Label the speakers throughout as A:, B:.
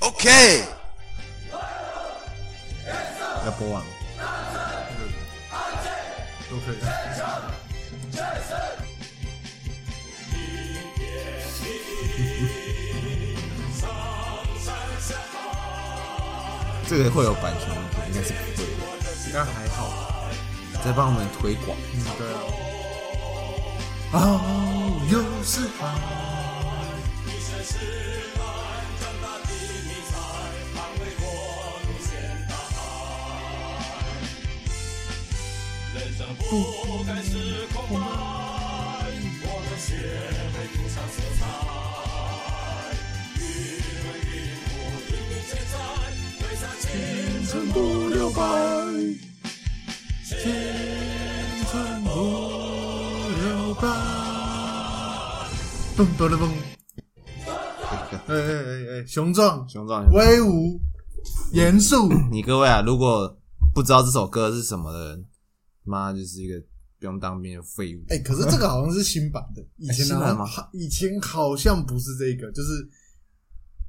A: OK，
B: 要播完了，
C: 都可以。
B: 这个会有版权问题，应该是不会的。
C: 应该还好。
B: 在帮我们推广，
C: 嗯，对啊。哦，又是他。
B: 成不留白。
C: 青春不留白。蹦蹦了蹦，哎哎哎哎，雄壮、
B: 雄壮，
C: 威武、严肃，
B: 你各位啊，如果不知道这首歌是什么的人，妈就是一个不用当兵的废物。
C: 哎、可是这个好像是新版的，以前
B: 哎新版吗
C: 好像以前好像不是这个，就是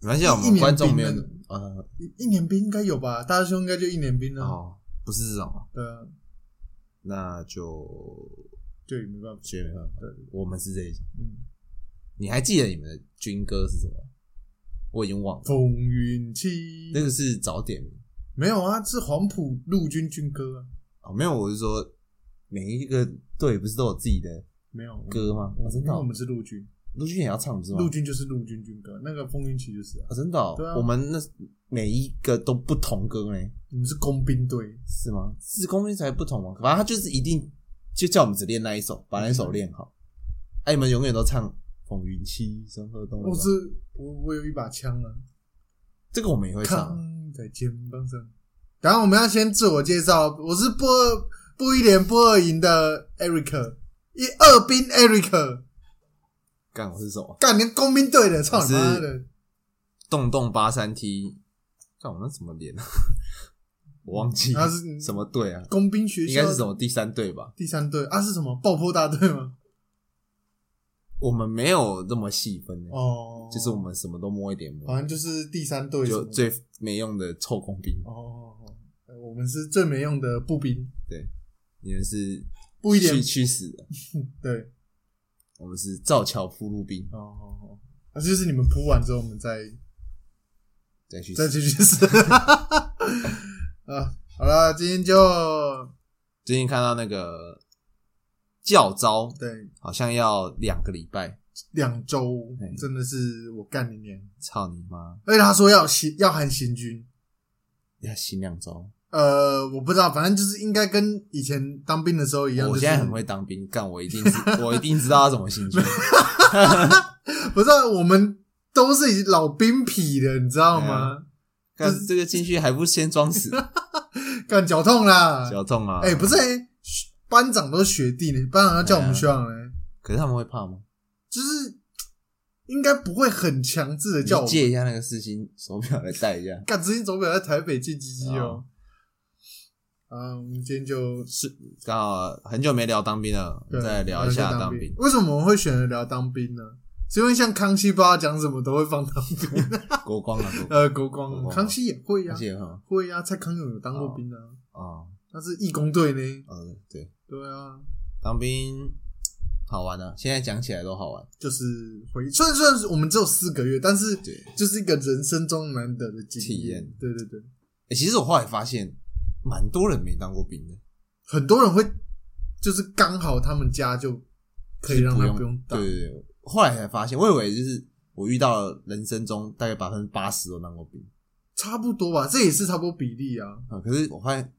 B: 没关系啊，我
C: 一
B: 们
C: 年
B: 观众
C: 兵
B: 没有
C: 那种
B: 呃
C: 一一年兵应该有吧？大师兄应该就一年兵了，
B: 哦，不是这种啊，
C: 对啊，
B: 那就
C: 就也没办法。
B: 绝没办法
C: 对。
B: 我们是这一种。
C: 嗯，
B: 你还记得你们的军歌是什么？我已经忘了，
C: 风云起，
B: 那个是早点名
C: 没有啊，是黄埔陆军军歌啊，
B: 哦，没有，我是说每一个队不是都有自己的
C: 没有
B: 歌吗？哦、
C: 我们
B: 真
C: 因
B: 的哦、
C: 为我们是陆军，
B: 陆军也要唱不是吗？
C: 嗯陆军就是陆军军歌，那个风云起就是啊，
B: 哦、真的、哦
C: 对啊
B: 我们那每一个都不同歌呢，
C: 你们是工兵队，
B: 是吗？是工兵才不同吗？反正他就是一定就叫我们只练那一首，把那一首
C: 嗯
B: 练好。哎、你们永远都唱《风云起》《山河动》，
C: 我是我我有一把枪啊，
B: 这个我们也会唱。
C: 扛在肩膀上。然后我们要先自我介绍，我是波尔布依连波尔营的 Eric，一二兵 Eric，
B: 干我是什么？
C: 干连工兵队的，操你妈
B: 我
C: 的！
B: 洞洞八三 T，干我那什么脸啊？ 我忘记
C: 嗯他是
B: 什么队啊？
C: 工兵学
B: 应
C: 校
B: 该是什么第三队吧？
C: 第三队啊？是什么爆破大队吗？
B: 我们没有这么细分、欸，
C: 哦，
B: 就是我们什么都摸一点
C: 好
B: 摸，
C: 像就是第三队啊什
B: 就
C: 么的
B: 最没用的臭工兵。
C: 哦，呃我们是最没用的步兵，
B: 你们是
C: 不一点
B: 去去死的，
C: 对
B: 我们是造桥铺路兵，
C: 哦哦哦，那、就是你们铺完之后，我们再
B: 再去
C: 再
B: 死。
C: 继续试 啊。好了，今天就
B: 最近看到那个教招，
C: 对
B: 好像要两个礼拜，
C: 两周
B: 哎，
C: 真的是我干你娘！
B: 操你妈，
C: 而且他说要行要喊行军，
B: 要行两周。
C: 呃，我不知道，反正就是应该跟以前当兵的时候一样。
B: 我
C: 就是
B: 现在很会当兵，干我一定知 我一定知道要怎么 行军。
C: 不是啊我们都是老兵痞的，你知道吗？
B: 啊干这个进去还不先装 死，
C: 干脚痛啦，
B: 脚痛啊！
C: 哎、不是、欸，学班长都是学弟呢，班长要叫我
B: 啊
C: 们学长呢，
B: 可是他们会怕吗？
C: 就是应该不会很强制的
B: 你
C: 叫我们
B: 借一下那个四星手表来戴一下。
C: 干执行总表在台北借鸡鸡哦。啊，我们今天就是
B: 刚好很久没聊当兵了，
C: 对
B: 再聊一下
C: 当
B: 当兵。
C: 为什么我们会选择聊当兵呢？是因为像康熙不知道讲什么都会放当 兵，
B: 国光啊，国光
C: 呃，国
B: 国
C: 光
B: 光
C: 康熙也会呀、
B: 而且哈
C: 会呀、蔡康永有当过兵啊，
B: 啊，
C: 他是义工队呢，
B: 嗯，对，
C: 对啊，
B: 当兵好玩啊，现在讲起来都好玩。
C: 就是回，虽然虽然我们只有四个月，但是
B: 对，
C: 就是一个人生中难得的经
B: 体
C: 验
B: 验。
C: 对对对，
B: 欸其实我后来发现，蛮多人没当过兵的，
C: 很多人会就是刚好他们家就可以让
B: 就
C: 他
B: 是
C: 不用当。
B: 对对对，后来才发现，我以为就是我遇到了人生中大概百分之八十都当过兵
C: 差不多吧，这也是差不多比例啊。
B: 啊，可是我发现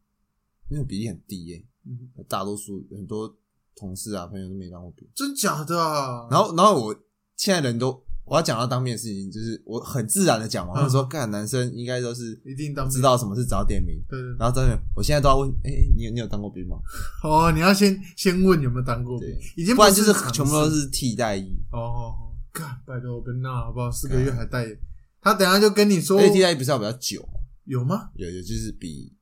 B: 那个比例很低耶、
C: 嗯，
B: 大多数很多同事啊朋友都没当过兵。
C: 真假的啊？
B: 然后，然后我现在人都我要讲到当面的事情，就是我很自然的讲完，
C: 嗯
B: 我说干男生应该都是
C: 一定当兵
B: 知。道什么是早点名，
C: 对对对，
B: 然后真的我现在都要问，哎、你有你有当过兵吗？
C: 哦，你要先先问有没有当过兵
B: 对，
C: 已经
B: 不然就是是
C: 常
B: 全部都
C: 识
B: 是替代役，
C: 哦哦。哦干，拜托我被闹好不
B: 啊
C: 好？四个月还带，他等一下就跟你说
B: 而且替代役不是要比较久吗？
C: 有吗？
B: 有有就是比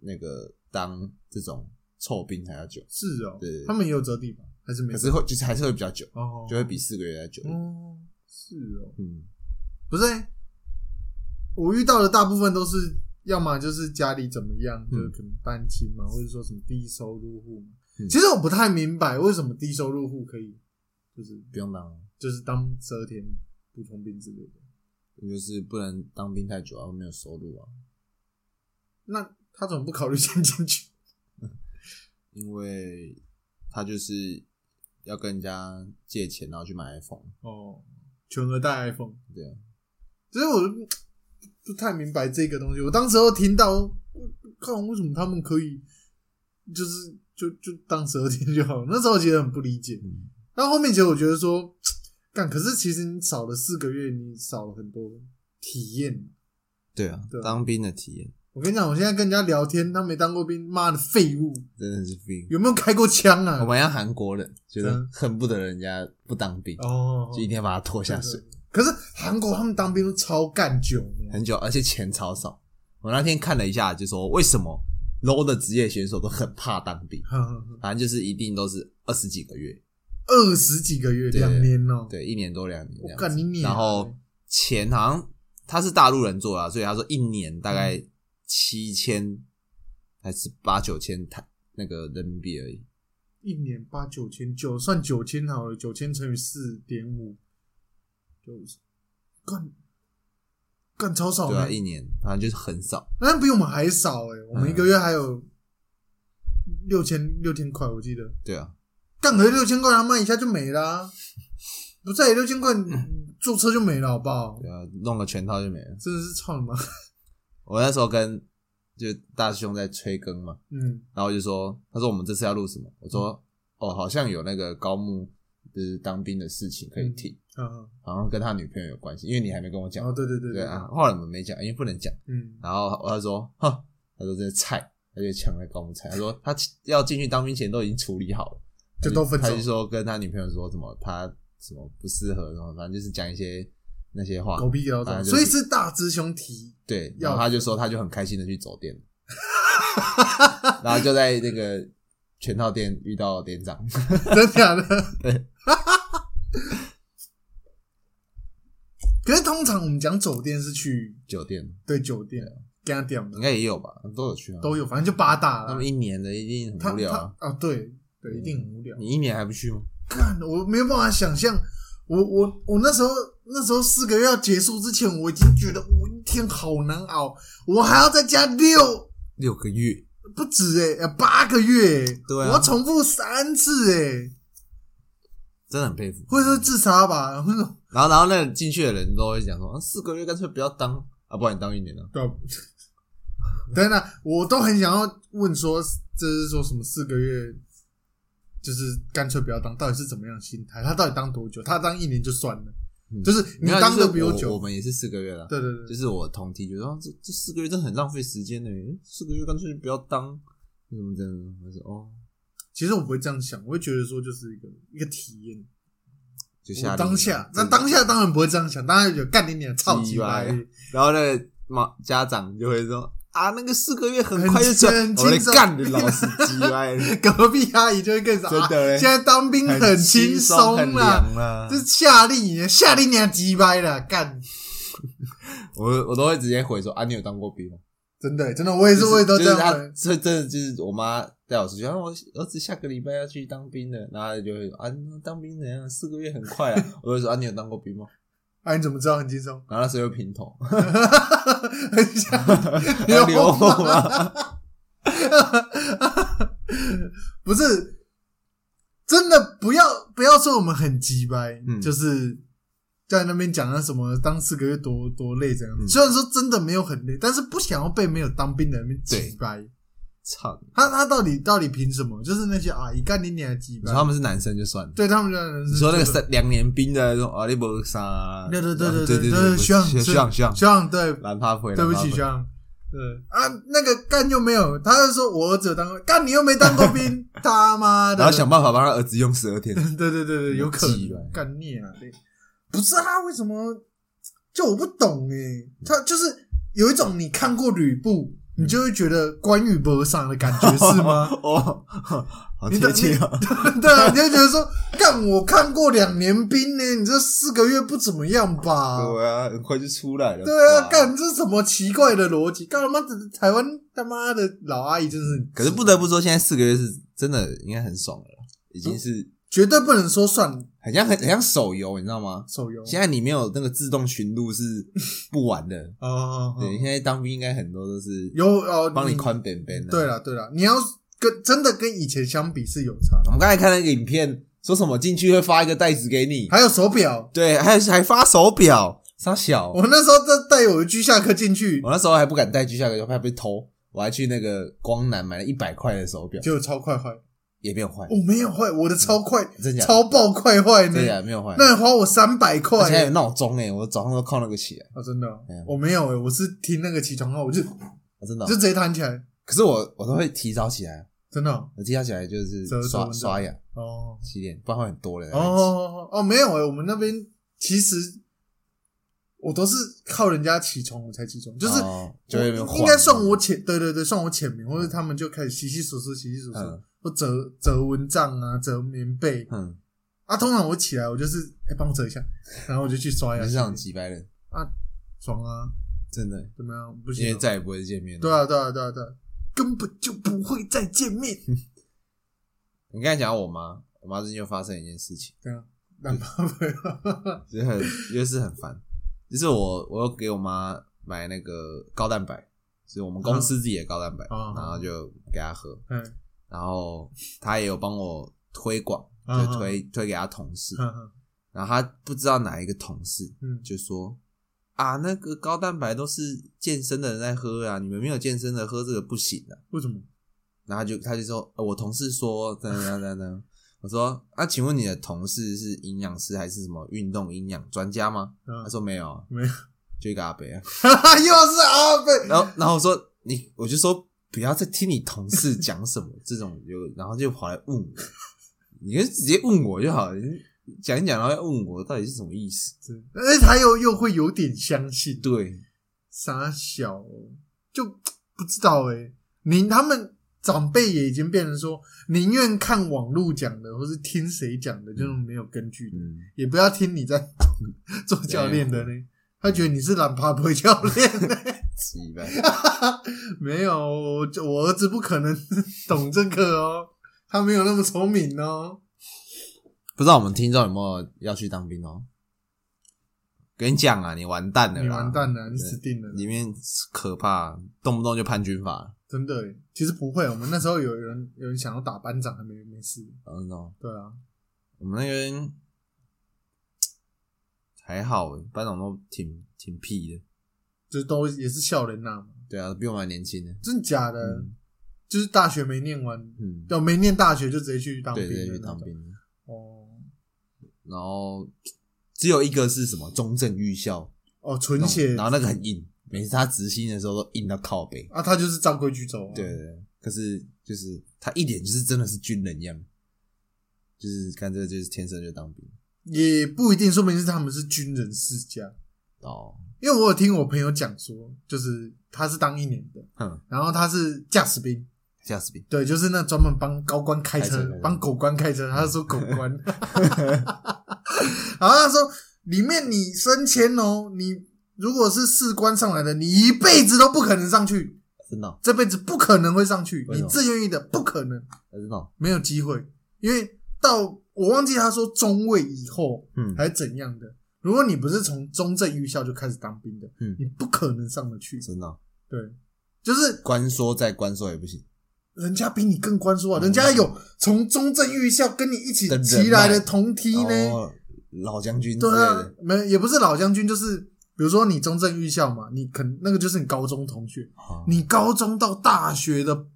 B: 那个当这种臭兵还要久，
C: 是哦
B: 对对，对
C: 他们也有折抵吧？还是没
B: 可
C: 有？
B: 是会就是还是会比较久，
C: 哦，嗯
B: 就会比四个月还久。
C: 哦，是哦，
B: 嗯，
C: 不是欸我遇到的大部分都是，要么就是家里怎么样，
B: 嗯
C: 就是可能单亲嘛，或者说什么低收入户嘛。
B: 嗯
C: 其实我不太明白为什么低收入户可以，就是
B: 不用当，
C: 就是当遮天不通病之类的。
B: 就是不能当兵太久啊，会没有收入啊。
C: 那他怎么不考虑先进去？
B: 因为他就是要跟人家借钱，然后去买 iPhone，
C: 哦，全额贷 iPhone。
B: 对啊，
C: 其实我就不太明白这个东西。我当时候听到，我看为什么他们可以，就是就就当十二天就好了。那时候其实很不理解。
B: 嗯
C: 但后面其实我觉得说，干，可是其实你少了四个月，你少了很多体验。
B: 对啊
C: 对啊，
B: 当兵的体验
C: 我跟你讲，我现在跟人家聊天，他没当过兵，妈的废物，
B: 真的是病。
C: 有没有开过枪啊？
B: 我们要韩国人，就是
C: 嗯
B: 恨不得人家不当兵，
C: 哦，
B: 就一定要把他拖下水，
C: 可是韩国他们当兵都超干久的，
B: 很久，而且钱超少。我那天看了一下，就说为什么 low 的职业选手都很怕当兵，反正就是一定都是二十几个月，
C: 二十几个月，
B: 对
C: 两年哦、
B: 对，一年多两年这
C: 我
B: 样
C: 干
B: 子。
C: 你啊欸娘！
B: 然后钱好像他是大陆人做啦，所以他说一年大概
C: 嗯
B: 七千还是八九千台那个人民币而已，
C: 一年八九千，九算九千好了，九千乘以四点五，就是干干超少
B: 对啊，
C: 呢、
B: 一年反正就是很少。
C: 那比我们还少哎、我们
B: 嗯
C: 一个月还有六千六千块，我记得
B: 对啊，
C: 干可是六千块他妈一下就没啦、不在六千块你坐车就没了，好不好？
B: 对啊，弄个全套就没了。
C: 真的是操你妈！
B: 我那时候跟就大师兄在催更嘛，
C: 嗯，
B: 然后就说，他说我们这次要录什么？我说、哦，好像有那个高木就是当兵的事情可以提，
C: 啊，啊
B: 好像跟他女朋友有关系，因为你还没跟我讲。
C: 哦，对对对
B: 对啊，，后来我们没讲，因为不能讲。
C: 嗯，
B: 然后他说，哼，他说这是菜，他就抢了高木菜。他说他要进去当兵前都已经处理好了，
C: 就都分手
B: 他就说跟他女朋友说什么他什么不适合，然后反正就是讲一些那些话。
C: 狗屁也要
B: 反
C: 懂，
B: 正就
C: 所以
B: 是
C: 是大师兄提，
B: 对，
C: 要
B: 然后他就说他就很开心的去走店， 然后就在那个全套店遇到店长，
C: 真假的？
B: 对。
C: 可是通常我们讲酒店是去
B: 酒店
C: 对酒店给他点的
B: 应该也有吧，都有去啊，
C: 都有，反正就八大
B: 他
C: 了
B: 们。一年的一定
C: 他
B: 很无聊啊，
C: 他啊，对对，一定很无聊。
B: 你一年还不去吗？
C: 看我没有办法想象，我我我那时候那时候四个月要结束之前，我已经觉得我一天好难熬，我还要再加六
B: 六个月，
C: 不止哎、呃八个月、欸，
B: 对啊
C: 我要重复三次哎、
B: 真的很佩服。
C: 或者是自杀吧， 或者
B: 然后然后那个进去的人都会讲说，啊四个月干脆不要当啊，不然你当一年啊。
C: 对啊， 等等，我都很想要问说，这是说什么四个月，就是干脆不要当，到底是怎么样的心态？他到底当多久？他当一年就算了，
B: 嗯
C: 就是你
B: 没有啊
C: 当
B: 就
C: 的
B: 是
C: 比我
B: 我
C: 久。
B: 们也是四个月啦。
C: 对对对，
B: 就是我同梯就说、啊这这四个月真的很浪费时间呢、四个月干脆不要当，怎么怎么，我说哦，
C: 其实我不会这样想，我会觉得说就是一个一个体验。
B: 就下
C: 我当下，那当下当然不会这样想，当然有干你娘操鸡巴
B: 鸡巴！然后那个妈家长就会说啊，那个四个月很
C: 很
B: 快就转
C: 很，
B: 我来
C: 轻松
B: 干你老司机啊，
C: 隔壁阿姨就会跟你说，
B: 真的
C: 啊
B: 嘞
C: 现在当兵很
B: 轻
C: 轻
B: 松，很
C: 松啦，
B: 凉啊啦
C: 这。夏令夏令娘鸡掰啦，干！
B: 我我都会直接回说啊，你有当过兵吗？
C: 真的真的，我也是，我也都
B: 就
C: 这
B: 是
C: 样
B: 他
C: 回。，
B: 这真的就是我妈带我出去，然后我儿子下个礼拜要去当兵的，然后她就会说啊，那当兵怎样？四个月很快 啊。我就说啊，你有当过兵吗？
C: 啊，你怎么知道很轻松？
B: 然后那时候又平头，
C: 很 像，有
B: 留我啊，
C: 不是真的，不要不要说我们很鸡掰，
B: 嗯
C: 就是在那边讲那什么当四个月多多累这样。
B: 嗯
C: 虽然说真的没有很累，但是不想要被没有当兵的人鸡掰。
B: 操！
C: 他他到底到底凭什么？就是那些阿姨干你娘鸡
B: 你
C: 掰
B: 说，他们是男生就算了。
C: 对他们的人
B: 你
C: 是
B: 说那个
C: 真的
B: 三两年兵的说啊，你不啥、
C: 对对对
B: 对
C: 对
B: 对
C: 对，
B: 学
C: 学长
B: 学长学长，
C: 学长对
B: 蓝发回，
C: 对不起，
B: 蓝
C: 学
B: 发灰
C: 长。对啊，那个干就没有，他就说我儿子有当过，干你又没当 过兵，他妈的！
B: 然后想办法帮他儿子用十二天，
C: 对对对对，有可
B: 有记忆啊
C: 能干你啊！对，不是啊，为欸什么？就我不懂哎、他就是有一种你看过吕布，
B: 嗯
C: 你就会觉得关羽不上的感觉是吗？
B: 哦，好
C: 你的
B: 贴切啊！
C: 对啊，你就觉得说，干我看过两年兵呢，你这四个月不怎么样吧？
B: 对啊，很快就出来了。
C: 对啊，
B: 哇！
C: 干这什么奇怪的逻辑？干他妈的台湾他妈的老阿姨真是，
B: 嗯可是不得不说，现在四个月是真的应该很爽了，已
C: 嗯
B: 经是
C: 绝对不能说算
B: 很像很很像手游，你知道吗？
C: 手游
B: 现在你没有那个自动寻路是不玩的。
C: 哦哦，哦
B: 对，现在当兵应该很多都是
C: 有哦，
B: 帮你宽扁扁的。
C: 对啊了对了，你要跟真的跟以前相比是有差的，
B: 我们刚才看那个影片，说什么进去会发一个袋子给你，
C: 还有手表。
B: 对，还还发手表，傻小。
C: 我那时候在带我的居下课进去，
B: 我那时候还不敢带居下表，怕被偷。我还去那个光南买了一百块的手表，
C: 结果超快坏，我、
B: 也没有坏，
C: 哦、没有坏，我的超快，
B: 嗯真假的？
C: 超爆快坏
B: 对
C: 呢，
B: 呀，没有坏。
C: 那花我三百块
B: 而且还有
C: 欸，
B: 闹钟哎，我早上都靠那个起来，
C: 哦真的哦
B: 对啊，
C: 我没有哎，我是听那个起床号，我就
B: 我真的哦。
C: 就直接弹起来，
B: 可是我我都会提早起来，
C: 真的哦
B: 我提早起来就是
C: 折
B: 刷
C: 折
B: 刷牙、
C: 哦
B: 洗脸，不然会很多人。
C: 哦哦哦没有哎，我们那边其实我都是靠人家起床我才起床，就是。
B: 哦就会被晃
C: 应该算我浅，对对对，算我浅眠，或者他们就开始洗洗簌簌，洗洗簌簌
B: 嗯，
C: 或折折蚊帐啊，折棉被
B: 嗯，
C: 啊。通常我起来，我就是哎，帮、我折一下，然后我就去刷
B: 你
C: 牙
B: 是
C: 洗
B: 这样
C: 脸，
B: 几百人，
C: 爽啊，
B: 真的，
C: 怎么样？不
B: 因
C: 行
B: 为
C: 啊、
B: 再也不会见面了。
C: 对啊，对啊，对啊，对啊，根本就不会再见面。
B: 嗯你刚才讲到我妈，我妈最近又发生一件事情。
C: 对啊，那不会啊
B: 就是很 又是很烦。就是我我又给我妈买那个高蛋白，就是我们公司自己的高蛋白，
C: 嗯
B: 然后就给她喝，
C: 嗯
B: 然后她也有帮我推广，就
C: 嗯
B: 推推给她同事，
C: 嗯
B: 然后她不知道哪一个同事
C: 嗯，
B: 就说。啊，那个高蛋白都是健身的人在喝啊，你们没有健身的喝这个不行的、
C: 为什么？
B: 然后她就她就说，呃我同事说，等等等等，我说，啊，请问你的同事是营养师还是什么运动营养专家吗？
C: 嗯
B: 他，说没有啊，
C: 没有，
B: 就一个阿伯啊。
C: 哈哈， 又是阿贝，
B: 然后然后我说你，我就说不要再听你同事讲什么这种，就然后就跑来问我，你就直接问我就好了，你讲一讲然后要问我到底是什么意思？
C: 真的而且哎他又又会有点相信，
B: 对，
C: 傻小哦，就不知道哎、你他们长辈也已经变成说，宁愿看网络讲的，或是听谁讲的，就是没有根据的，
B: 嗯，
C: 也不要听你在做教练的呢。他觉得你是懒趴不会教练呢、
B: 奇怪，
C: 没有，我我儿子不可能懂这个哦，他没有那么聪明哦。
B: 不知道我们听众有没有要去当兵哦？跟你讲啊，你完蛋了，
C: 你完蛋了，你
B: 对
C: 死定了，
B: 里面可怕，动不动就判军法了，
C: 真的耶。其实不会，我们那时候有人有人想要打班长，还没没事。
B: 然后那种
C: 对啊，
B: 我们那边还好欸，班长都挺挺屁的。
C: 就都也是校人呐、嘛。
B: 对啊，比我们还年轻呢。
C: 真假的？
B: 嗯
C: 就是大学没念完，
B: 嗯，
C: 就没念大学就直接去当
B: 对
C: 兵
B: 对，
C: 了
B: 去当。兵。
C: 哦
B: 然后只有一个是什么中正预校，
C: 哦，纯血
B: 然后那个很硬，每次他执行的时候都硬到靠背。
C: 啊，他就是照规矩走、啊。
B: 对对，对可是就是他一脸就是真的是军人样，就是看这个就是天生就当兵
C: 也不一定，说明是他们是军人世家。
B: 哦。
C: 因为我有听我朋友讲说，就是他是当一年的，
B: 哼，
C: 然后他是驾驶兵，
B: 吓死兵！
C: 对，就是那专门帮高官开
B: 开车
C: 车
B: 的人，嗯
C: 帮狗官开车。他说狗官， 然后他说里面你升迁哦，你如果是士官上来的，你一辈子都不可能上去，
B: 真的哦，
C: 这辈子不可能会上去，
B: 为什
C: 你
B: 么
C: 自愿意的不可能，
B: 真的哦，
C: 没有机会，因为到我忘记他说中尉以后
B: 嗯
C: 还是怎样的，如果你不是从中正预校就开始当兵的，
B: 嗯
C: 你不可能上得去，
B: 真的哦，
C: 对，就是
B: 官说再官说也不行。
C: 人家比你更关注啊，人家有从中正预校跟你一起
B: 哦的人
C: 骑来的
B: 脉哦
C: 同梯
B: 然
C: 呢，
B: 后老将军之
C: 对
B: 类
C: 啊
B: 的，，
C: 没也不是老将军，就是比如说你中正预校嘛，你可能那个就是你高中同学，
B: 哦
C: 你高中到大学的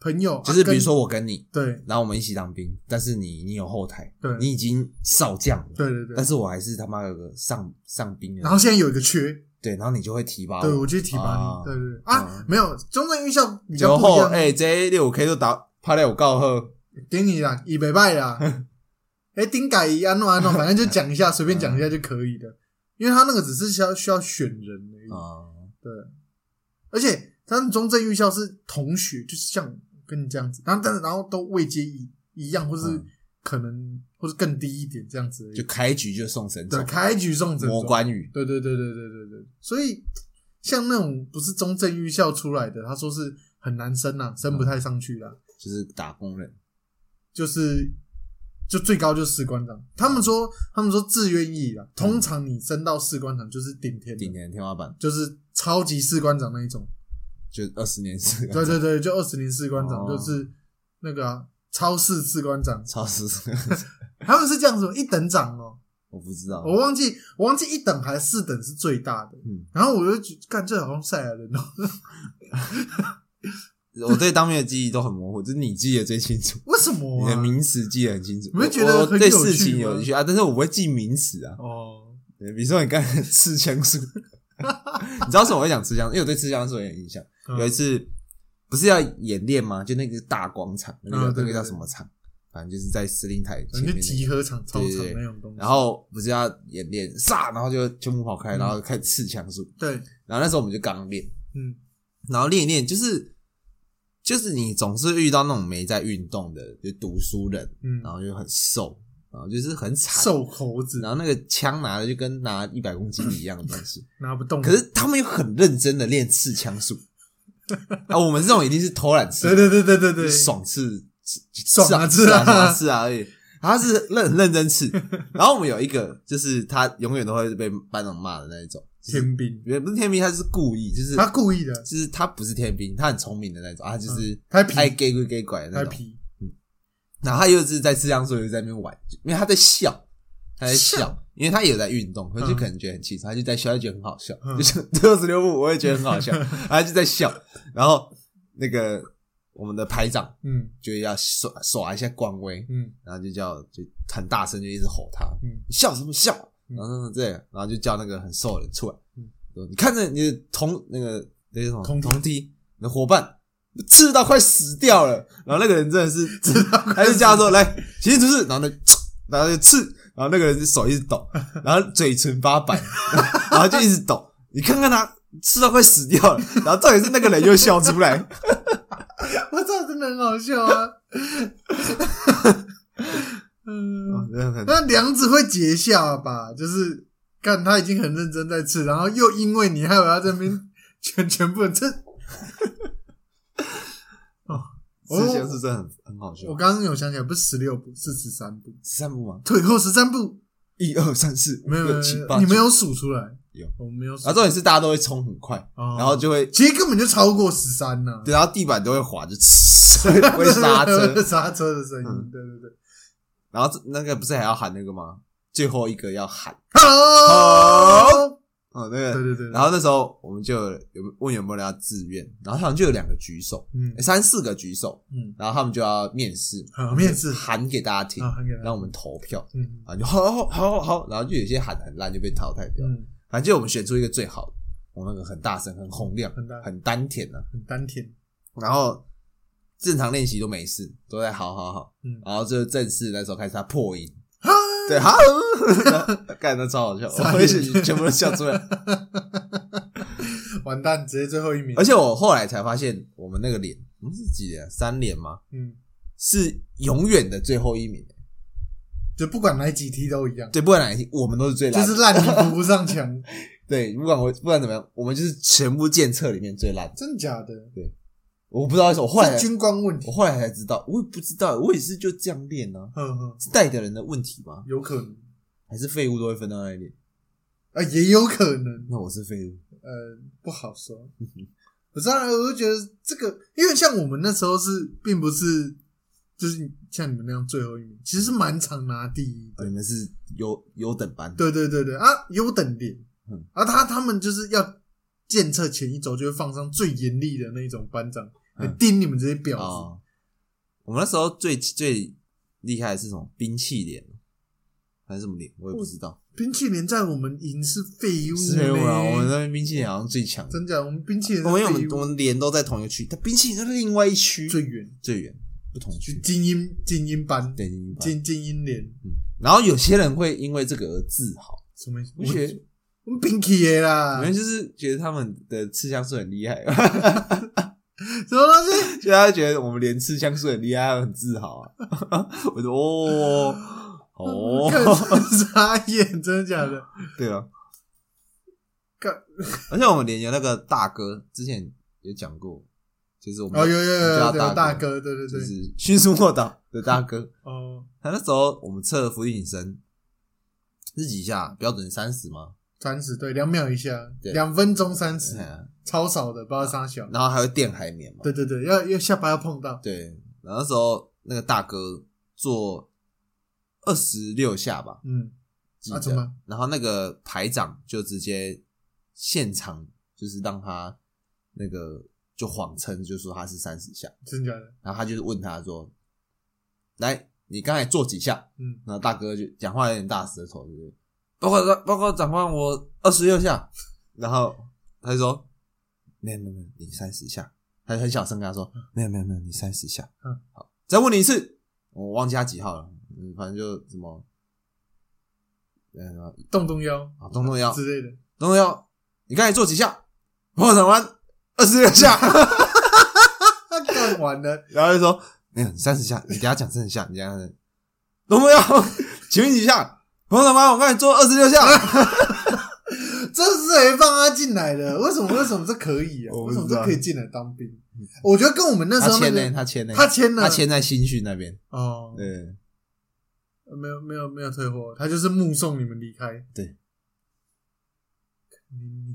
C: 朋友，
B: 就是
C: 啊
B: 比如。
C: 跟
B: 说我跟你，
C: 对
B: 然后我们一起当兵，但是你你有后台，
C: 对
B: 你已经少将了，
C: 对对对，
B: 但是我还是他妈有个上上兵的，
C: 然后现在有一个缺，
B: 对，然后你就会提拔我，
C: 对我就提拔
B: 啊
C: 你，对对对啊
B: 啊，
C: 没有中正预校比较
B: 然
C: 不一
B: 后
C: 样，
B: 哎，这六 K 都打拍了我告贺，
C: 给你啦，以北 拜啦，哎，丁改一安诺安诺，啊反正就讲一下，随便嗯讲一下就可以的，因为他那个只是需要需要选人而已，
B: 啊，
C: 对，而且他们中正预校是同学，就是像跟你这样子，然后但是然后都位阶一一样，或是
B: 嗯
C: 可能或是更低一点这样子而已，
B: 就开局就送神
C: 对，
B: 种，
C: 开局送诊
B: 魔
C: 所
B: 关羽，
C: 对对对对对对对，所以像那种不是中正预校出来的，他说是很难升啊，升不太上去啦，
B: 就是打工人，
C: 就是就最高就是士官长。他们说他们说自愿意啦，通常你升到士官长就是顶天
B: 嗯
C: 的，
B: 顶天天花板，
C: 就是超级士官长那一种。
B: 就二十年是
C: 对对对，就二十年士官长，
B: 哦
C: 就是那个、啊、超市士官长，
B: 超时，
C: 他们是这样子，一等长哦、
B: 我不知道，
C: 我忘记我忘记一等还是四等是最大的。
B: 嗯
C: 然后我就觉干这好像赛亚人哦、
B: 我对当面的记忆都很模糊，就是你记得最清楚，
C: 为什么、
B: 你
C: 啊？
B: 的名词记得很清楚，
C: 你会觉得
B: 我
C: 很
B: 对
C: 有
B: 事
C: 趣
B: 情
C: 吗
B: 有趣啊，但是我不会记名词啊，
C: 哦，
B: 对比如说你刚才吃枪术， 你知道为什么我会讲吃枪？因为我对吃枪术有点印象。
C: 嗯
B: 有一次不是要演练吗？就那个大广场，那个、
C: 嗯
B: 那
C: 对
B: 个
C: 对
B: 叫
C: 对
B: 什么场？反正就是在司令台前
C: 反正
B: 面、
C: 就
B: 那
C: 集
B: 个。
C: 合场、操
B: 对
C: 场
B: 对对
C: 那种东西。
B: 然后不是要演练，杀，然后就全部跑
C: 嗯
B: 开，然后开始刺枪术。
C: 对，
B: 然后那时候我们就刚练，
C: 嗯，
B: 然后练一练，就是就是你总是遇到那种没在运动的，就读书人，
C: 嗯
B: 然后就很瘦，然后就是很惨，
C: 瘦猴子
B: 然后那个枪拿的就跟拿一百公斤一样的东西。
C: 拿不动，
B: 可是他们又很认真的练刺枪术啊，我们这种一定是偷懒刺，
C: 对对对对对对，
B: 爽刺，刺
C: 爽啊
B: 刺
C: 刺啊
B: 啊爽啊刺啊而已。他是认很认真刺，然后我们有一个就是他永远都会被班长骂的那一种，就是
C: 天兵，
B: 也不是天兵，他是故意，就是
C: 他故意的，
B: 就是他不是天兵，他很聪明的那种，他就是
C: 他皮
B: 爱 gay 鬼 gay 拐的那
C: 嗯他
B: 种。
C: 皮，
B: 然后他又是在吃香水，又在那边玩，因为他在笑，他在笑
C: 笑，
B: 因为他也有在运动，他就
C: 嗯
B: 可能觉得很气，他就在笑，他就觉得很好笑，
C: 嗯
B: 就是 六十六步我也觉得很好 笑，他就在笑。然后那个我们的排长
C: 嗯
B: 就要耍耍一下官威，
C: 嗯
B: 然后就叫就很大声就一直吼他，
C: 嗯
B: 你笑什么笑？
C: 嗯
B: 然后什么之类的，然后就叫那个很瘦的人出来
C: 嗯，
B: 说你看着你的同那个那个什么
C: 同梯
B: 同梯，你的伙伴刺到快死掉了，然后那个人真的是刺
C: 到快死掉
B: 还是叫他说来行行出去，然后呢，然后就刺，然后那个人就手一直抖，然后嘴唇发白， 然后就一直抖，你看看他刺到快死掉了，然后重点是那个人又笑出来，
C: 我操，真的很好笑啊， 嗯，
B: 真的哦很
C: 那梁子会结下吧？就是看他已经很认真在吃，然后又因为你害我要这边 全全部人吃，
B: 之前是真的很很好笑
C: 我，刚刚有想起来，不是十六步，是十三步，
B: 十三步吗？
C: 腿后十三步。
B: 一二三四五
C: 没有没有
B: 六
C: 没
B: 七
C: 有，
B: 八，
C: 你
B: 九
C: 没有数出来，
B: 有，
C: 我没有数。
B: 然后重点是大家都会冲很快，
C: 哦
B: 然后就会，
C: 其实根本就超过十三呢，
B: 对然后地板都会滑，就 会刹
C: 会
B: 车。
C: 刹车的声音，
B: 嗯
C: 对对对。
B: 然后这那个不是还要喊那个吗？最后一个要喊，
C: Hello，
B: 哦，那
C: 对
B: 个。
C: 对对，
B: 然后那时候我们就有有问有没有人要自愿，然后好像就有两个举手，
C: 嗯
B: 诶三四个举手，
C: 嗯，
B: 然后他们就要面试，
C: 好哦面试
B: 喊给大家听
C: 啊，，很简单，
B: 让我们投票，
C: 嗯
B: 啊，就好好好好，然后就有些喊得很烂就被淘汰掉，
C: 嗯，
B: 反正就我们选出一个最好的，我那个很大声、很洪亮、
C: 很大
B: 很丹田啊，
C: 很丹田，
B: 然后正常练习都没事，都在好好好，
C: 嗯
B: 然后就正式那时候开始他破音，
C: 哈
B: 对，哈， 干的超好笑，
C: 傻眼
B: 我也是全部都笑出来。
C: 完蛋，直接最后一名，
B: 而且我后来才发现，我们那个脸，我们是几连？三连吗？
C: 嗯，
B: 是永远的最后一名。
C: 就不管哪几题都一样，
B: 对，不管哪一题，我们都是最
C: 就
B: 烂的。
C: 是烂泥扶不上墙，
B: 对，不管我不管怎么样，我们就是全部检测里面最烂的。
C: 真的假的？
B: 我不知道为什么，我后来
C: 是军官问
B: 我
C: 题，
B: 后来才知道，我也不知道，我也是就这样练呢、啊。
C: 呵呵，
B: 是带的人的问题吗？
C: 有可能
B: 还是废物都会分到那里练？
C: 啊，也有可能，
B: 那我是废物。
C: 呃，不好说。 我当然，我就觉得这个，因为像我们那时候是，并不是就是像你们那样最后一名，其实是蛮常拿第一
B: 啊
C: 的。
B: 你们是优优等班，
C: 对对对对啊，优等点
B: 嗯，
C: 啊，他他们就是要检测前一周就会放上最严厉的那种班长来
B: 嗯
C: 盯你们这些婊
B: 啊、
C: 子。
B: 我们那时候最最厉害的是什么兵器脸，还是什么脸，我也不知道。
C: 冰淇淋在我们营是废物
B: 是
C: 呢，
B: 没有啊，我们那边兵器脸好像最强。
C: 真假？我们冰淇淋
B: 我们因为我
C: 是
B: 们
C: 废
B: 我
C: 物
B: 们连都在同一个区，但兵器脸在另外一区
C: 最远，
B: 最远，不同
C: 就
B: 区。
C: 精英精英班，
B: 对，精英班
C: 精精英连
B: 嗯然后有些人会因为这个而自豪，
C: 什么意思？
B: 我觉得
C: 我们平起耶啦
B: 可，能就是觉得他们的吃香素很厉害，
C: 什么东西？
B: 就他觉得我们连吃香素很厉害，他很自豪啊。 我说哦 哦，
C: 更傻眼，真的假的？
B: 对啊
C: 干。
B: 而且我们连有那个大哥之前也讲过，就是我们、
C: 哦，有有有有
B: 叫
C: 有
B: 他大哥
C: 大哥，对对
B: 就
C: 对，
B: 是迅速卧倒的大哥，
C: 哦，
B: 他那时候我们测伏地挺身是几下？标准三十吗？
C: 三十对，两秒一下，
B: 对
C: 两分钟三十
B: 哎，呀
C: 超少的，不知道啥小。
B: 然后还会垫海绵嘛？
C: 对对对，要要下巴要碰到，
B: 对，然后那时候那个大哥做二十六下吧，
C: 嗯，
B: 记
C: 啊
B: 得
C: 怎么
B: 然后那个排长就直接现场就是让他那个就谎称就说他是三十下，
C: 真的假的？
B: 然后他就是问他说：“来，你刚才做几下？”
C: 嗯，
B: 然后大哥就讲话有点大舌头，对不对？报告报告长官，我二十六下。然后他就说：“没有没有没有，你三十下。”他就很小声跟他说：“没有没有没有，你三十下。”
C: 嗯，
B: 好，再问你一次，我忘记他几号了，嗯，反正就什么，嗯，
C: 动动腰
B: 啊，东东要
C: 之类的，
B: 东东要，你刚才做几下？报告长官，二十六下。
C: 他干完了，
B: 然后就说没有，你三十下，你等一下讲三十下，你等一下讲。龙不要， 请问几下？彭长官，我刚才做二十六下。
C: 这是谁放他进来的？为什么？为什么这可以啊？
B: 我不知
C: 为
B: 道
C: 什么这可以进来当兵？我觉得跟我们那时
B: 他
C: 候那
B: 签呢？
C: 个
B: 他签呢？
C: 他签了，
B: 他签在新训那边。
C: 哦，
B: 对，
C: 没有没有没有退货，他就是目送你们离开。
B: 对，
C: 你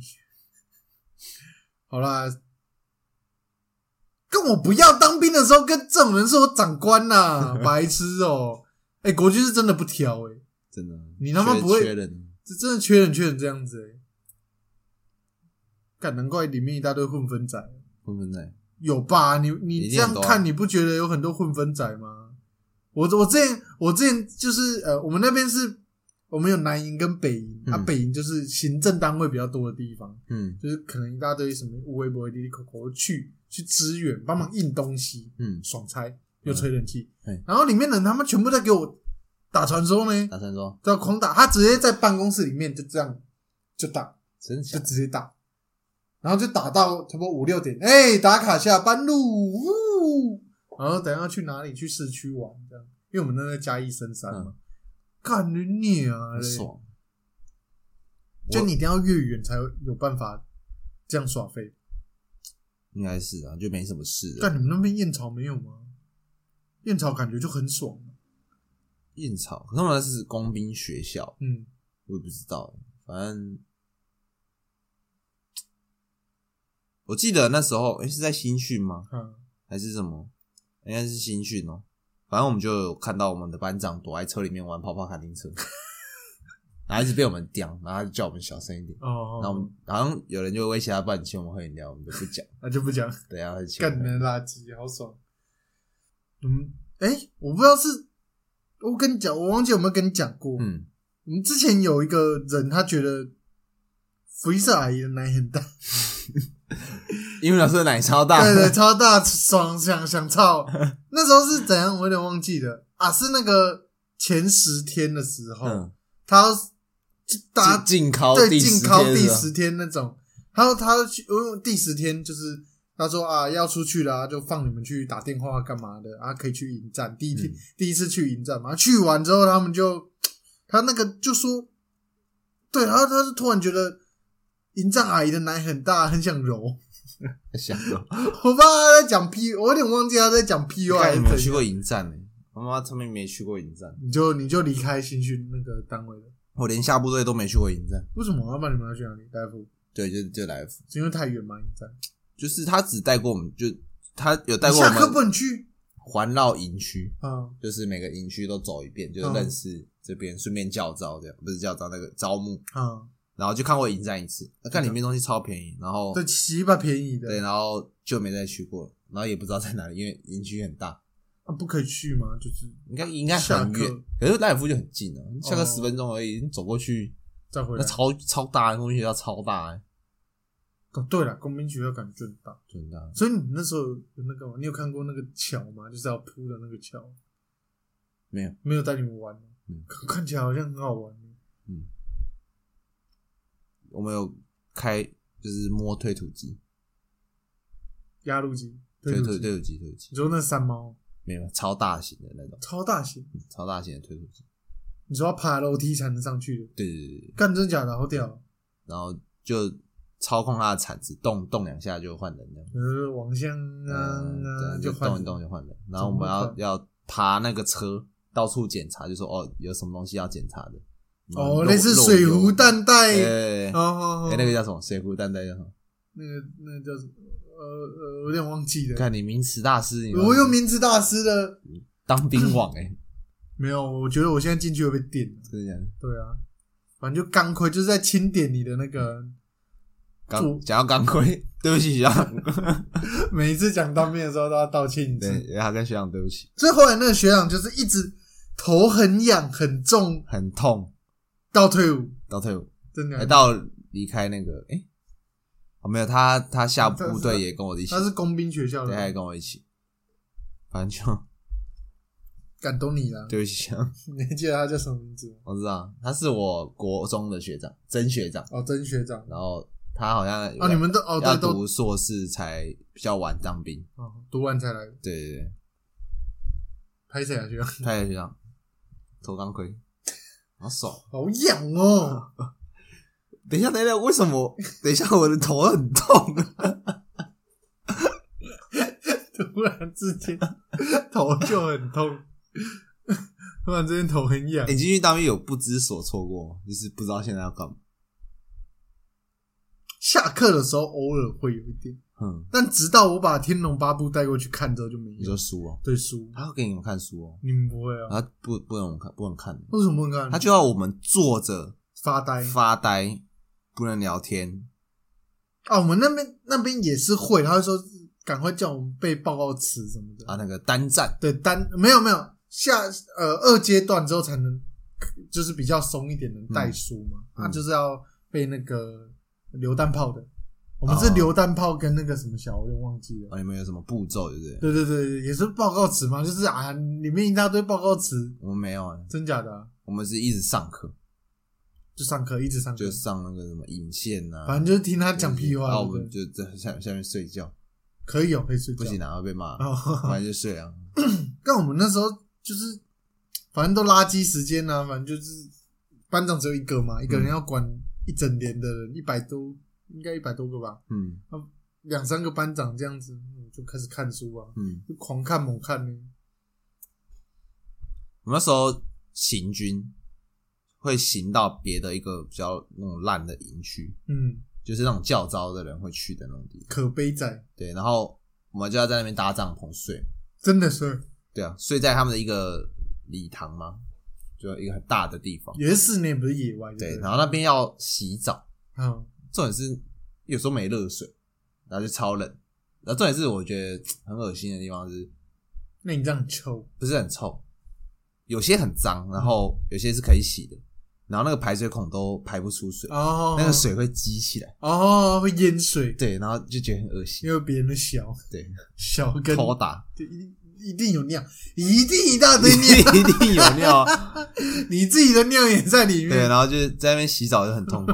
C: 好啦，跟我不要当兵的时候跟这种人说我长官呐、白痴哦、哎、国军是真的不挑哎、
B: 真的。
C: 你他妈
B: 缺
C: 不会
B: 缺人？
C: 这真的缺人缺人这样子哎、干难怪里面一大堆混分仔，
B: 混混在
C: 有吧？你
B: 一
C: 你
B: 定
C: 这样
B: 很多啊
C: 看，你不觉得有很多混分仔吗？我我之前我之前就是呃，我们那边是我们有南营跟北营，啊，
B: 嗯
C: 北营就是行政单位比较多的地方，
B: 嗯
C: 就是可能一大堆什么无微博、滴滴、口口去去支援，帮忙印东西，
B: 嗯，
C: 爽拆又吹冷气，
B: 对
C: 然后里面人他们全部在给我打传说呢，
B: 打算说
C: 在狂打，他直接在办公室里面就这样就打，
B: 真的假
C: 就
B: 的？
C: 直接打，然后就打到差不多五六点，哎、打卡下班路，呜然后等一下去哪里去市区玩这样，因为我们那在嘉义深山嘛，干你娘
B: 嗯很
C: 嘞！
B: 爽。
C: 就你一定要越远才有有办法这样耍飞。
B: 应该是啊，就没什么事了。
C: 但你们那边燕巢没有吗？燕巢感觉就很爽，啊
B: 燕巢，可是我们是工兵学校，
C: 嗯，
B: 我也不知道，反正我记得那时候，诶、是在新训吗？
C: 啊，
B: 还是什么？应该是新训哦。反正我们就有看到我们的班长躲在车里面玩跑跑卡丁车， 然后一直被我们刁，然后他就叫我们小声一点。
C: 哦，
B: 然后我们好像有人就威胁他，不然你请我们喝饮料，我们就不讲。
C: 那就不讲，
B: 对啊，他就请我
C: 干你
B: 们
C: 的垃圾，好爽。嗯，哎、我不知道是，我跟你讲，我忘记有没有跟你讲过，
B: 嗯，
C: 我们之前有一个人，他觉得福伊社阿姨的奶很大，
B: 英文老师的奶超大，
C: 对对，超大，爽想想操。那时候是怎样？我有点忘记了啊，是那个前十天的时候，
B: 嗯，
C: 他要大家
B: 进进考
C: 对
B: 第十
C: 禁靠
B: 天
C: 第
B: 是吧
C: 十天那种，他说他去，因为第十天就是他说啊要出去啦、就放你们去打电话干嘛的啊，可以去迎战。第一天、
B: 嗯
C: 第一次去迎战嘛，去完之后他们就他那个就说，对，然后他就突然觉得迎战阿姨的奶很大，很想揉。
B: 想到，
C: 我爸他在讲 P，我有点忘记他在讲 P U
B: 看
C: 还是
B: 你没有
C: 怎
B: 去
C: 样。
B: 过营站呢、我妈妈他们没去过营站，
C: 你就你就离开新训那个单位了。
B: 我连下部队都没去过营站。
C: 为什么我要把你们要去哪里？大夫
B: 对，就就来福，
C: 是因为太远吗？迎战
B: 就是他只带过我们，就他有带过我
C: 下课不
B: 们
C: 能去
B: 环绕营区，
C: 啊。
B: 就是每个营区都走一遍，
C: 嗯
B: 就是认识这边，顺便教招这样，不是教招那个招募，
C: 啊、
B: 然后就看过营站一次，那看里面东西超便宜，然后
C: 对，七吧便宜
B: 哦对，啊
C: 的，
B: 然后就没再去过了，然后也不知道在哪里，因为营区很大，
C: 啊，不可以去吗？就是
B: 应该应该
C: 下
B: 很远
C: 课，
B: 可是赖尔夫就很近了，啊下课
C: 哦
B: 十分钟而已，你走过去
C: 再回
B: 那
C: 来。
B: 超超大，工兵学校超大、欸，
C: 哦，对了，工兵学校感觉就很大，
B: 真的，啊
C: 所以你那时候有那个吗？你有看过那个桥吗？就是要铺的那个桥，
B: 没有，
C: 没有带你们玩吗
B: 嗯
C: 看看起来好像很好玩。
B: 嗯，我们有开就是摸推土机，
C: 压路机、推
B: 推
C: 土
B: 推
C: 机，
B: 推土机推土机
C: 你，说那山猫
B: 没有超大型的那种，
C: 超大型，
B: 嗯超大型的推土机，
C: 你说要爬楼梯才能上去的，
B: 对对对对，
C: 干真假的好屌，
B: 然后就操控它的铲子动动两下就换人这样。
C: 呃，往向啊
B: 嗯，
C: 啊
B: 对就
C: 换
B: 动一动就换人。然后我们
C: 怎
B: 要
C: 么
B: 要爬那个车，到处检查，就说哦，有什么东西要检查的。
C: 哦，
B: 嗯
C: 类似水壶，蛋
B: 漏漏油
C: 带，
B: 哎，哎
C: 哦哦，哦
B: 那个叫什么？水壶蛋蛋叫什么？
C: 那个那个叫什么？呃呃，有点忘记了。
B: 看你名词大师，你
C: 我又名字大师了，
B: 当兵网哎，
C: 没有，我觉得我现在进去会被电了。
B: 真的假的？
C: 对啊，反正就钢盔就是在清点你的那个，
B: 钢
C: 主
B: 讲到钢盔， 对不起学长，
C: 每一次讲当面的时候都要道歉一次。
B: 对，他跟学长对不起，
C: 所以后来那个学长就是一直头很痒很重
B: 很痛。
C: 到退伍，
B: 到退伍，
C: 真的
B: 哎，。到离开那个哎，哦没有他，他下
C: 他是
B: 部队也跟我一起
C: 他，是工兵学校
B: 对，他也
C: 的，
B: 跟我一起，反正就
C: 感动你了。
B: 对不起 学长。
C: 你还记得他叫什么名字吗？
B: 我知道，他是我国中的学长，真学长。
C: 哦，曾学长。
B: 然后他好像
C: 哦，你们都哦
B: 要
C: 对都
B: 读硕士才比较晚当兵。
C: 哦读完才来
B: 对对对，
C: 拍谁啊学长？
B: 他也学长，头钢盔，好爽。
C: 好痒哦，
B: 等一下，等一下，为什么？等一下，我的头很痛。啊
C: 突然之间 头就很痛， 突然之间头很痒
B: 欸。你进去当兵有不知所措过吗？就是不知道现在要干嘛。
C: 下课的时候偶尔会有一点，
B: 嗯，
C: 但直到我把《天龙八部》带过去看之后就没
B: 你
C: 有
B: 说。书哦，
C: 对书，
B: 他会给你们看书哦，
C: 你们不会啊？
B: 然后不不能我们看，不能看，
C: 为什么不能
B: 他
C: 看？
B: 就要我们坐着
C: 发呆
B: 发呆，不能聊天，
C: 啊！我们那边那边也是会，他会说赶快叫我们背报告词什么的。
B: 啊，那个单站，
C: 对，单没有没有下呃二阶段之后才能，就是比较松一点能带书嘛，
B: 嗯
C: 啊
B: 嗯
C: 就是要被那个榴弹炮的，我们是
B: 哦
C: 榴弹炮跟那个什么小，我有点忘记了。
B: 啊，你们有什么步骤，对不对？
C: 对对对，也是报告词嘛，就是啊里面一大堆报告词，
B: 我们没有、啊，
C: 真假的啊、
B: 我们是一直上课，
C: 就上课一直上课
B: 就，上那个什么引线呐、啊，
C: 反正就是听他讲屁
B: 然
C: 话，
B: 后
C: 对
B: 我
C: 不
B: 们
C: 对？
B: 就在下下面睡觉，
C: 可以哦，可以睡觉。
B: 不行啊，会被骂，
C: 哦，
B: 反正就睡啊。
C: 但我们那时候就是，反正都垃圾时间呐、反正就是班长只有一个嘛，一个人要管一整年的人，一百多，应该一百多个吧，
B: 嗯
C: 两三个班长这样子，嗯就开始看书啊，
B: 嗯，
C: 就狂看猛看呢、
B: 我们那时候行军会行到别的一个比较那种烂的营区，
C: 嗯，
B: 就是那种教招的人会去的那种地方。
C: 可悲仔，
B: 对，然后我们就要在那边搭帐篷睡，
C: 真的是
B: 对啊，睡在他们的一个礼堂嘛，就一个很大的地方。
C: 也是室内，不是野外，
B: 对，
C: 不
B: 然后那边要洗澡。
C: 嗯，
B: 重点是有时候没热水，然后就超冷。然后重点是我觉得很恶心的地方是，
C: 那你这样抽，
B: 不是很臭，有些很脏，然后有些是可以洗的，然后那个排水孔都排不出水，
C: 哦，
B: 那个水会积起来，
C: 哦会淹水，
B: 对，然后就觉得很恶心
C: 因，为别人的小
B: 对，
C: 小跟
B: 偷 打
C: 就一一定有尿，一定一大堆尿，
B: 一定有尿，啊
C: 你自己的尿也在 里
B: 对，啊
C: 面。
B: 然后就是在那边洗澡就很 痛苦，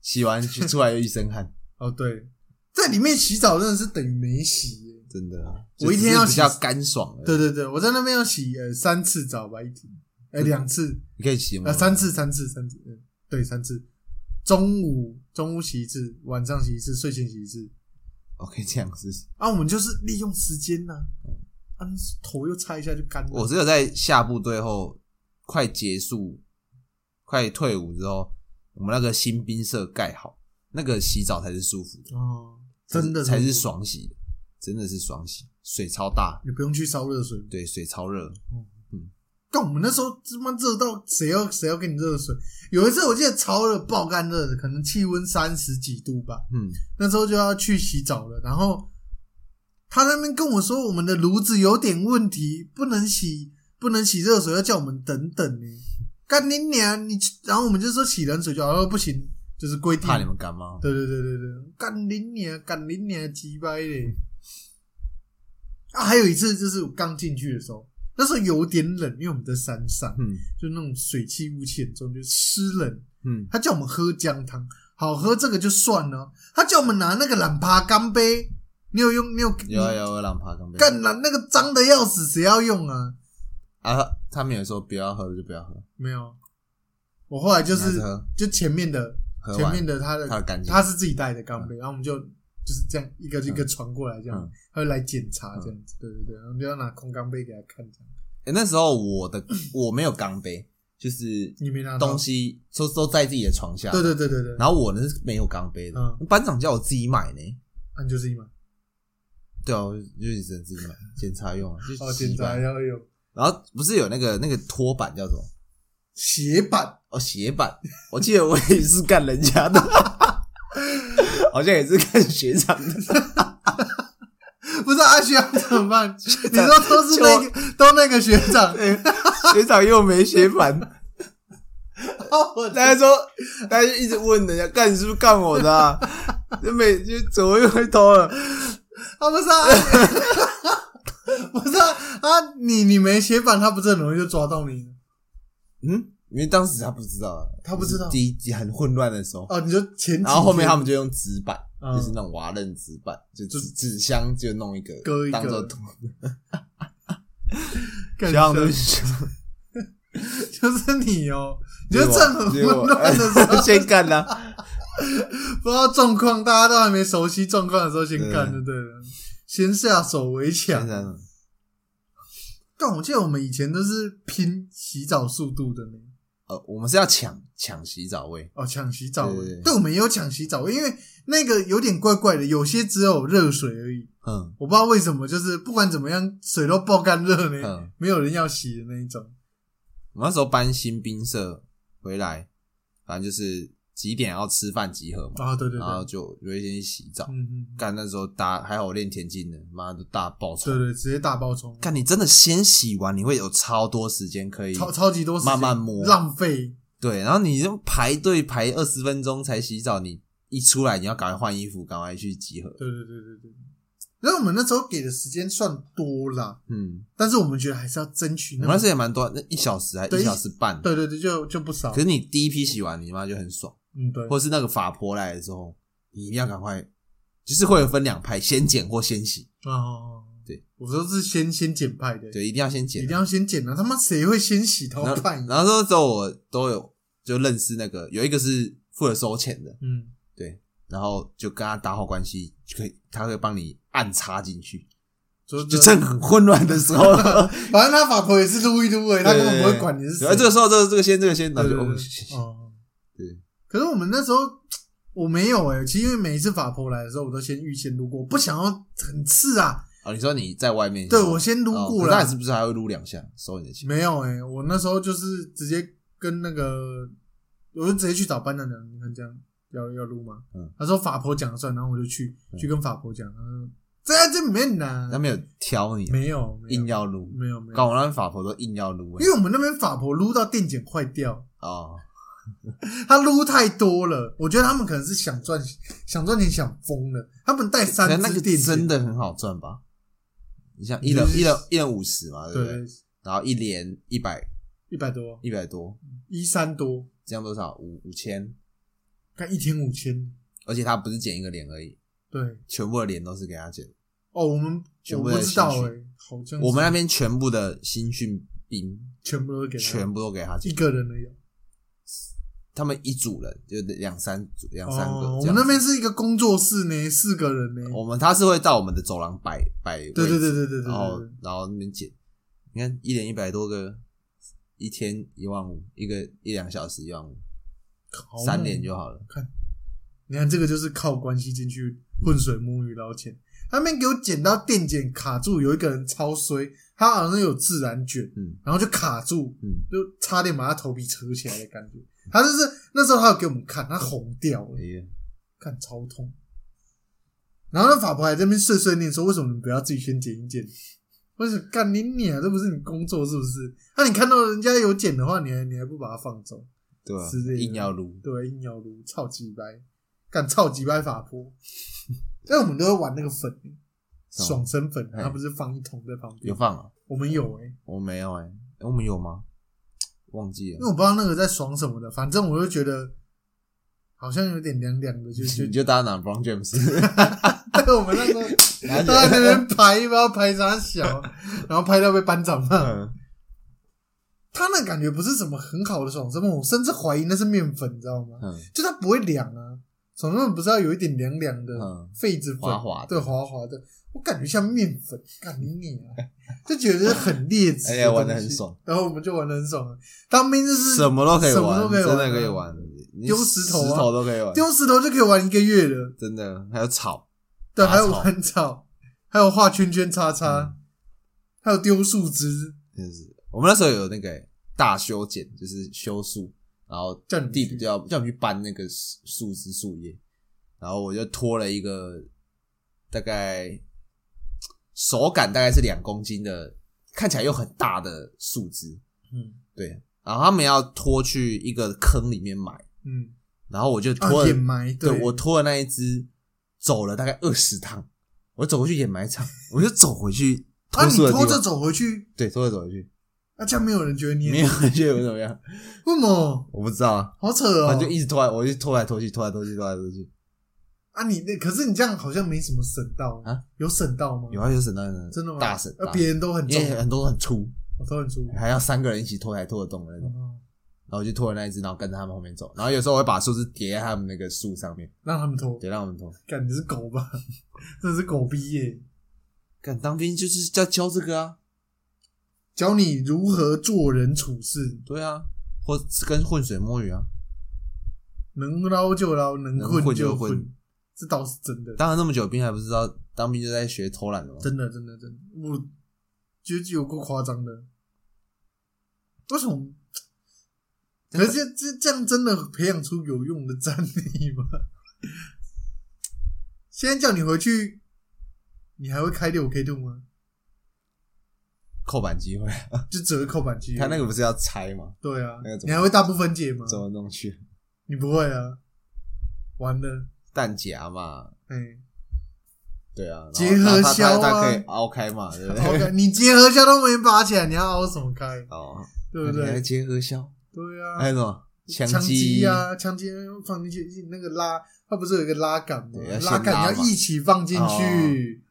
B: 洗完就出来又一身汗，
C: 哦，对，在里面洗澡真的是等于没洗耶。
B: 真的，
C: 我一天
B: 就
C: 要
B: 只是比
C: 洗
B: 较干爽，
C: 对，对对，我在那边要洗呃三次澡吧，一天，呃两次，
B: 你可以洗吗
C: 呃？三次，三次，三次，嗯，对，三次。中午中午洗一次，晚上洗一次，睡前洗一次。
B: 我可以这样试试。
C: 啊，我们就是利用时间呐、啊，头又擦一下就干了。
B: 我只有在下部队后快结束、快退伍之后，我们那个新兵社盖好，那个洗澡才是舒服的，
C: 哦，真的
B: 才是才是。爽洗的，真的是爽洗，水超大，
C: 你不用去烧热水，
B: 对，水超热，
C: 但我们那时候他妈热到谁要谁要给你热水？有一次我记得超热爆干热的，可能气温三十几度吧，
B: 嗯，
C: 那时候就要去洗澡了。然后他那边跟我说我们的炉子有点问题，不能洗不能洗热水，要叫我们等等呢。干你娘！你然后我们就说洗冷水就好，说不行，就是规定
B: 怕。你们感冒，
C: 对对对对对，干你娘！干你娘！鸡掰嘞！啊，还有一次就是我刚进去的时候，那时候有点冷，因为我们在山上，
B: 嗯
C: 就那种水汽雾气很重，就湿冷。
B: 嗯，
C: 他叫我们喝姜汤，好喝这个就算了，他叫我们拿那个懒爬干杯，你有用？你有？
B: 有啊有啊，我懒趴干杯。
C: 干懒那个脏的要死，谁要用啊？
B: 啊，他他们也说不要喝就不要喝，
C: 没有，我后来就
B: 还是
C: 是
B: 喝
C: 就前面的
B: 喝
C: 前面
B: 完
C: 的他的
B: 它的干净。
C: 他是自己带的钢杯，然后我们就就是这样一个一个传过来，这样、
B: 嗯
C: 他会来检查这样子，对对对，然后我们就要拿空钢杯给他看这样。
B: 欸那时候我 的我没有钢杯，就是
C: 你没拿到
B: 东，西都都在自己的床下。
C: 对对对对对，
B: 然后我呢是没有钢杯的，
C: 嗯
B: 班长叫我自己买呢。
C: 那啊你就自己买，
B: 对啊，我就就只能自 己买检查用啊，就
C: 哦，
B: 洗
C: 检查
B: 板。
C: 要有
B: 然后不是有那个那个拖板叫什么？
C: 斜板，
B: 哦，斜板。我记得我也是干人家的， 好像也是干学长的。
C: 不是阿学长怎么 办？你说都是那个都那个学长，
B: 对，学长又没斜板，
C: 我
B: 大家说，大家就一直问人家干你是不是干我的、啊？就每就怎么又会偷了？
C: 啊不是啊， 不是啊，啊你你没斜板，他不是很容易就抓到你
B: 嗯，因为当时他不知道啊，
C: 他不知道
B: 就是第一集很混乱的时候，
C: 哦？你就前几
B: 然后后面
C: 天
B: 他们就用纸板，
C: 嗯
B: 就是那种瓦楞纸板，就纸纸箱就弄一个，
C: 割一个
B: 当做图。
C: 更
B: 这样
C: 深
B: 对不起，
C: 就是你哦，你
B: 结
C: 就
B: 果
C: 趁很混
B: 结果哎
C: 乱的时候
B: 先干啦。
C: 不知道状况，大家都还没熟悉状况的时候，先干
B: 对
C: 就对了，先下手为强。但我记得我们以前都是拼洗澡速度的呢，
B: 呃，我们是要抢抢洗澡位，
C: 哦，抢洗澡
B: 对对
C: 位
B: 对，
C: 对，我们也有抢洗澡位，因为那个有点怪怪的，有些只有热水而已，
B: 嗯，
C: 我不知道为什么，就是不管怎么样，水都爆干热呢
B: 嗯，
C: 没有人要洗的那一种。
B: 我那时候搬新兵社回来，反正就是几点要吃饭集合嘛，
C: 啊，对对
B: 然
C: 对，
B: 后就就会先去洗澡。
C: 嗯嗯，
B: 干那时候大还好我练田径的，妈的大爆冲
C: 对。对，直接大爆冲，
B: 干你真的先洗完，你会有超多时间可以
C: 超超级多时间，
B: 慢慢摸
C: 浪费。
B: 对，然后你就排队排二十分钟才洗澡，你一出来你要赶快换衣服，赶快去集合。
C: 对对对对对。然后我们那时候给的时间算多啦，
B: 嗯，
C: 但是我们觉得还是要争取
B: 我
C: 那
B: 们那
C: 种
B: 时候也蛮多，那一小时还
C: 对
B: 一小时半。
C: 对对对，就就不少
B: 可。是你第一批洗完，你妈就很爽，
C: 嗯，对，
B: 或是那个法婆来的时候，你一定要赶快，就是会有分两派，先剪或先洗。
C: 哦，
B: 对，
C: 我都是先先剪派的，，
B: 对，一定要先
C: 一
B: 剪
C: 定。要先剪啊！他妈谁会先洗头
B: 然后，
C: 派？
B: 然后那时候我都有就认识那个，有一个是负责收钱的，
C: 嗯，
B: 对，然后就跟他打好关系，就可以他会帮你按插进去，
C: 就
B: 就趁很混乱的时 候，
C: 反正他法婆也是撸一撸而已，哎他根本不会管你是谁。
B: 啊哎然后这个时候，这个这个先，这个先，然
C: 对
B: 后就
C: 对
B: 哦
C: 对
B: 谢谢
C: 对，哦，
B: 对，
C: 可是我们那时候我没有哎，其实因为每一次法婆来的时候，我都先预先撸过，不想要很刺啊。
B: 哦，你说你在外面，
C: 对我先撸
B: 哦
C: 过
B: 可是
C: 了
B: 他，是不是还会撸两下收你的钱？
C: 没有哎、我那时候就是直接跟那个，我就直接去找班长讲，你看这样要要录吗？
B: 嗯
C: 他说法婆讲了算，然后我就去、
B: 嗯
C: 去跟法婆讲，他说在这里面呢、
B: 他没有挑你啊，
C: 没有没有
B: 硬要撸，
C: 没有没有，
B: 搞我那边法婆都硬要撸欸，
C: 因为我们那边法婆撸到电剪坏掉，
B: 哦，
C: 他撸太多了，我觉得他们可能是想赚想赚钱想疯了，他们带三
B: 可是那
C: 支
B: 个
C: 电
B: 真
C: 剪，
B: 的很好赚吧？你像
C: 你
B: 一人
C: 就是
B: 一人一人五十嘛，对不
C: 对
B: 对？，然后一连一百
C: 一百多
B: 一百多，
C: 一三多，
B: 这样多少？五五千，
C: 看一天五千，
B: 而且他不是剪一个脸而已，
C: 对
B: 全部的脸都是给他剪。
C: 哦，我们
B: 全
C: 我
B: 部
C: 不
B: 在
C: 知道
B: 新
C: 哎、
B: 训
C: 好像
B: 我们那
C: 是
B: 边全部的新训兵
C: 全部都给他
B: 全部都给他剪
C: 一，个人没有。
B: 他们一组人就两三组两三个
C: 哦。我
B: 这样子哦
C: 们那边是一个工作室呢，四个人呢。
B: 我们他是会到我们的走廊摆摆位置，
C: 对对对对对对
B: 然后
C: 对，
B: 然后那边剪，你看一年一百多个，一天一万五，一个一两小时一万五，
C: 好猛
B: 三年就。好了。
C: 你看这个就是靠关系进去浑水摸鱼捞钱。他们给我捡到电剪卡住，有一个人超衰，他好像有自然卷，
B: 嗯
C: 然后就卡住，
B: 嗯，
C: 就差点把他头皮扯起来的感觉。他就是那时候他有给我们看，他红掉了
B: 哎，呀
C: 看超痛。然后那法婆还在那边碎碎念说：“为什么你不要自己先剪一剪？为什么干你娘？这不是你工作是不是？那、你看到人家有剪的话，你还你还不把它放走？
B: 对啊
C: 之类的，
B: 硬要撸，
C: 对，硬要撸，操几掰，干操几掰法婆。但我们都会玩那个粉，
B: 是吗
C: 爽身粉，
B: 哎
C: 它不是放一桶在旁
B: 有
C: 边？
B: 放啊？
C: 我们有哎、
B: 我没有哎、我们有吗？忘记
C: 因为
B: 了。
C: 我不知道那个在爽什么的，反正我就觉得好像有点凉凉的，就就
B: 你就大家拿 Brown James，
C: 对，我们那时候
B: 拿
C: 都在那边拍，不知道拍啥小，然后拍到被班长骂。
B: 嗯
C: 他那感觉不是什么很好的爽身粉，我甚至怀疑那是面粉，你知道吗？
B: 嗯
C: 就它不会凉啊，爽身粉不是要有一点凉凉的
B: 嗯
C: 痱子粉，
B: 滑滑的
C: 对，滑滑的。我感觉像面粉，干你你啊， 就觉得很劣质。
B: 而且哎玩得很爽，
C: 然后我们就玩的很爽啊。当兵就是
B: 什么都可以
C: 什么
B: 玩
C: 都，可以
B: 真
C: 玩
B: 的可以
C: 啊
B: 玩，你
C: 丢石头啊
B: 石头都可以玩，
C: 丢石头就可以玩一个月了。
B: 真的还有草，
C: 对，
B: 打
C: 还有
B: 草嗯
C: 玩草，还有画圈圈叉叉，还有丢树枝，
B: 真的是我们那时候有那个欸大修剪，就是修树，然后
C: 叫你
B: 地
C: 去
B: 比较叫我们去搬那个树树枝树叶，然后我就拖了一个大概手感大概是两公斤的，看起来又很大的树枝，
C: 嗯
B: 对，啊然后他们要拖去一个坑里面埋，
C: 嗯，
B: 然后我就拖
C: 啊，
B: 了、
C: 掩埋，
B: 对我拖的那一只走了大概二十趟，我走回去掩埋场，我就走回 去
C: 啊，
B: 拖
C: 你
B: 树的地
C: 拖
B: 方，
C: 着走回去，
B: 对，拖着走回去，
C: 啊，这样没有人觉得你
B: 没有人觉得我怎么样，
C: 为什么？
B: 我不知道啊。
C: 好扯
B: 反
C: 哦！
B: 正就一直拖来，我就拖来拖去，拖来拖去，拖来拖去。
C: 啊，你那可是你这样好像没什么省到
B: 啊，
C: 有省到吗？
B: 有啊，有省到人，
C: 真的吗？
B: 大省，
C: 啊
B: 大，
C: 别人都很
B: 因
C: 重，
B: 为很多都很粗，
C: 我都 很粗。
B: 还要三个人一起拖才拖得动的那种。
C: 哦
B: 然后我就拖了那一只，然后跟着他们后面走。然后有时候我会把树枝叠在他们那个树上面，
C: 让他们拖，
B: 对，让我们拖。
C: 干你是狗吧？ 真的是狗逼耶！
B: 干当兵就是要教这个啊，
C: 教你如何做人处事，
B: 对啊，或跟浑水摸鱼啊。
C: 能捞就捞，能
B: 能
C: 混
B: 混
C: 就
B: 就混
C: 混，这倒是真的。
B: 当了那么久兵还不知道，当兵就在学偷懒了吗？
C: 真的，真的，真的，我觉得有够夸张的。为什么？可是这这这样真的培养出有用的战力吗？ 现在叫你回去，你还会开六 K 度吗？
B: 扣板机 会，
C: 就折扣板机，
B: 他那个不是要拆吗？
C: 对啊
B: 那个，怎么
C: 你还会大部分解吗？
B: 怎么弄去？
C: 你不会啊，完了，
B: 弹夹嘛，
C: 哎、
B: 对啊，然后
C: 结合
B: 它它
C: 销啊
B: 它它可以凹开嘛，对不
C: 好
B: 对？
C: 感你结合下都没拔起来，你要凹什么开？
B: 哦，
C: 对不
B: 还
C: 对？
B: 结合销，
C: 对啊，
B: 还有什么
C: 枪
B: 击
C: 啊，枪击放进去那个拉，它不是有一个拉杆吗
B: 对要？先
C: 拉杆
B: 拉
C: 要
B: 嘛
C: 一起放进去，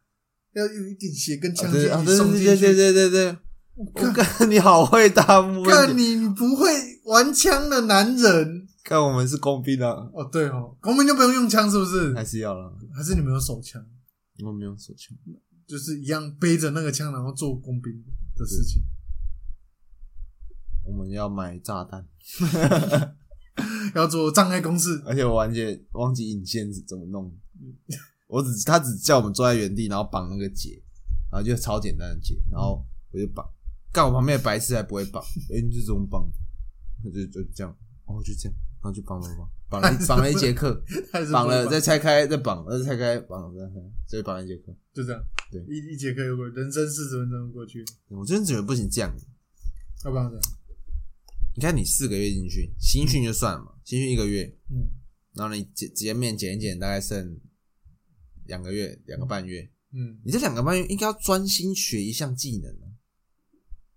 C: 要有一点血跟枪
B: 啊
C: 击
B: 对
C: 一
B: 啊
C: 起
B: 对
C: 送进
B: 对对
C: 去。
B: 对对对，我
C: 干
B: 干你好会大幕问
C: 干
B: 题，
C: 你你不会玩枪的男人
B: 看我们是工兵啊，
C: 哦，对哦，公民就不用用枪是不是
B: 还？是要了，
C: 还是你们有手枪，
B: 我没有手枪，
C: 就是一样背着那个枪，然后做工兵的事情。
B: 我们要买炸弹，
C: 要做障碍公式，
B: 而且我完全忘记引线是怎么弄， 我只他只叫我们坐在原地，然后绑那个结，然后就超简单的结，然后我就绑，干我旁边的白痴还不会绑，哎、你是怎么绑的？我就就这样，哦就这样，然后就绑绑绑。绑了一绑了一节课，
C: 还 是不
B: 绑
C: 会
B: 了
C: 绑
B: 再拆开，再绑，再拆开，绑再拆开，再绑一节课。
C: 就这样，
B: 对
C: 一一节课又过，人生四十分钟就过去，
B: 我真的觉得不行这样。
C: 要不然这样，
B: 你看你四个月进去，新训就算了嘛，新训一个月，
C: 嗯
B: 然后你减减免减一减，大概剩两个月、两个半月。
C: 嗯，
B: 你这两个半月应该要专心学一项技能啊，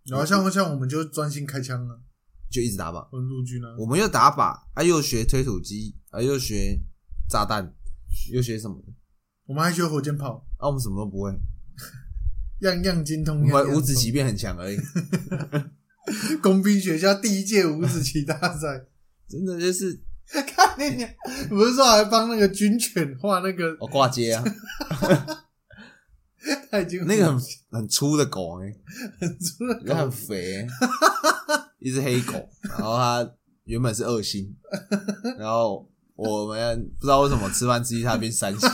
C: 然后像像我们就专心开枪啊，
B: 就一直打靶。
C: 我们陆军啊，
B: 我们又打靶，啊又学推土机，啊又学炸弹，又学什么的？
C: 我们还学火箭炮，
B: 啊我们什么都不会，
C: 样样精
B: 我
C: 通。样
B: 们
C: 样
B: 五子棋变很强而已。
C: 通工兵学校第一届五子棋大赛，
B: 真的就是
C: 看你娘，你不是说还帮那个军犬画那个
B: 我挂街 啊，
C: 他已经
B: 那个很很粗的狗哎、
C: 很粗了
B: 它很肥、 一只黑狗，然后它原本是二星，然后我们不知道为什么吃饭吃一它变三星，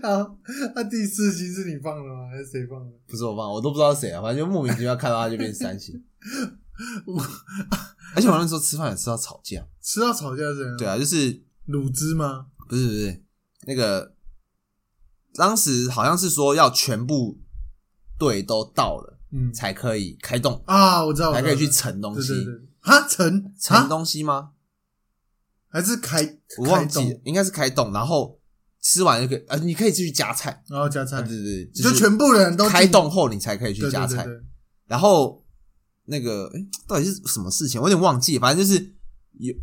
C: 然后 他第四期是你放的吗？还是谁放的？
B: 不是我放，我都不知道谁啊，反正就莫名其妙看到它就变三星
C: 我。
B: 而且我那时候吃饭也吃到吵架，
C: 吃到吵架是怎样？
B: 对，啊，就是
C: 卤汁吗？
B: 不是不是那个，当时好像是说要全部队都到了
C: 嗯
B: 才可以开动，
C: 啊，我知道，我
B: 才
C: 知道
B: 可以去盛东
C: 对
B: 西，
C: 对对，哈陈
B: 盛
C: 哈
B: 东西吗？
C: 还是开
B: 我忘
C: 开
B: 记了
C: 动，
B: 应该是啊开动，然后吃完就可以，呃，你可以继续夹菜，
C: 然后加菜
B: 啊，对，对，对
C: 就是全部人都
B: 开
C: 进
B: 动后你才可以去
C: 对
B: 夹菜
C: 对，对对
B: 然后那个，诶到底是什么事情？我有点忘记，反正就是有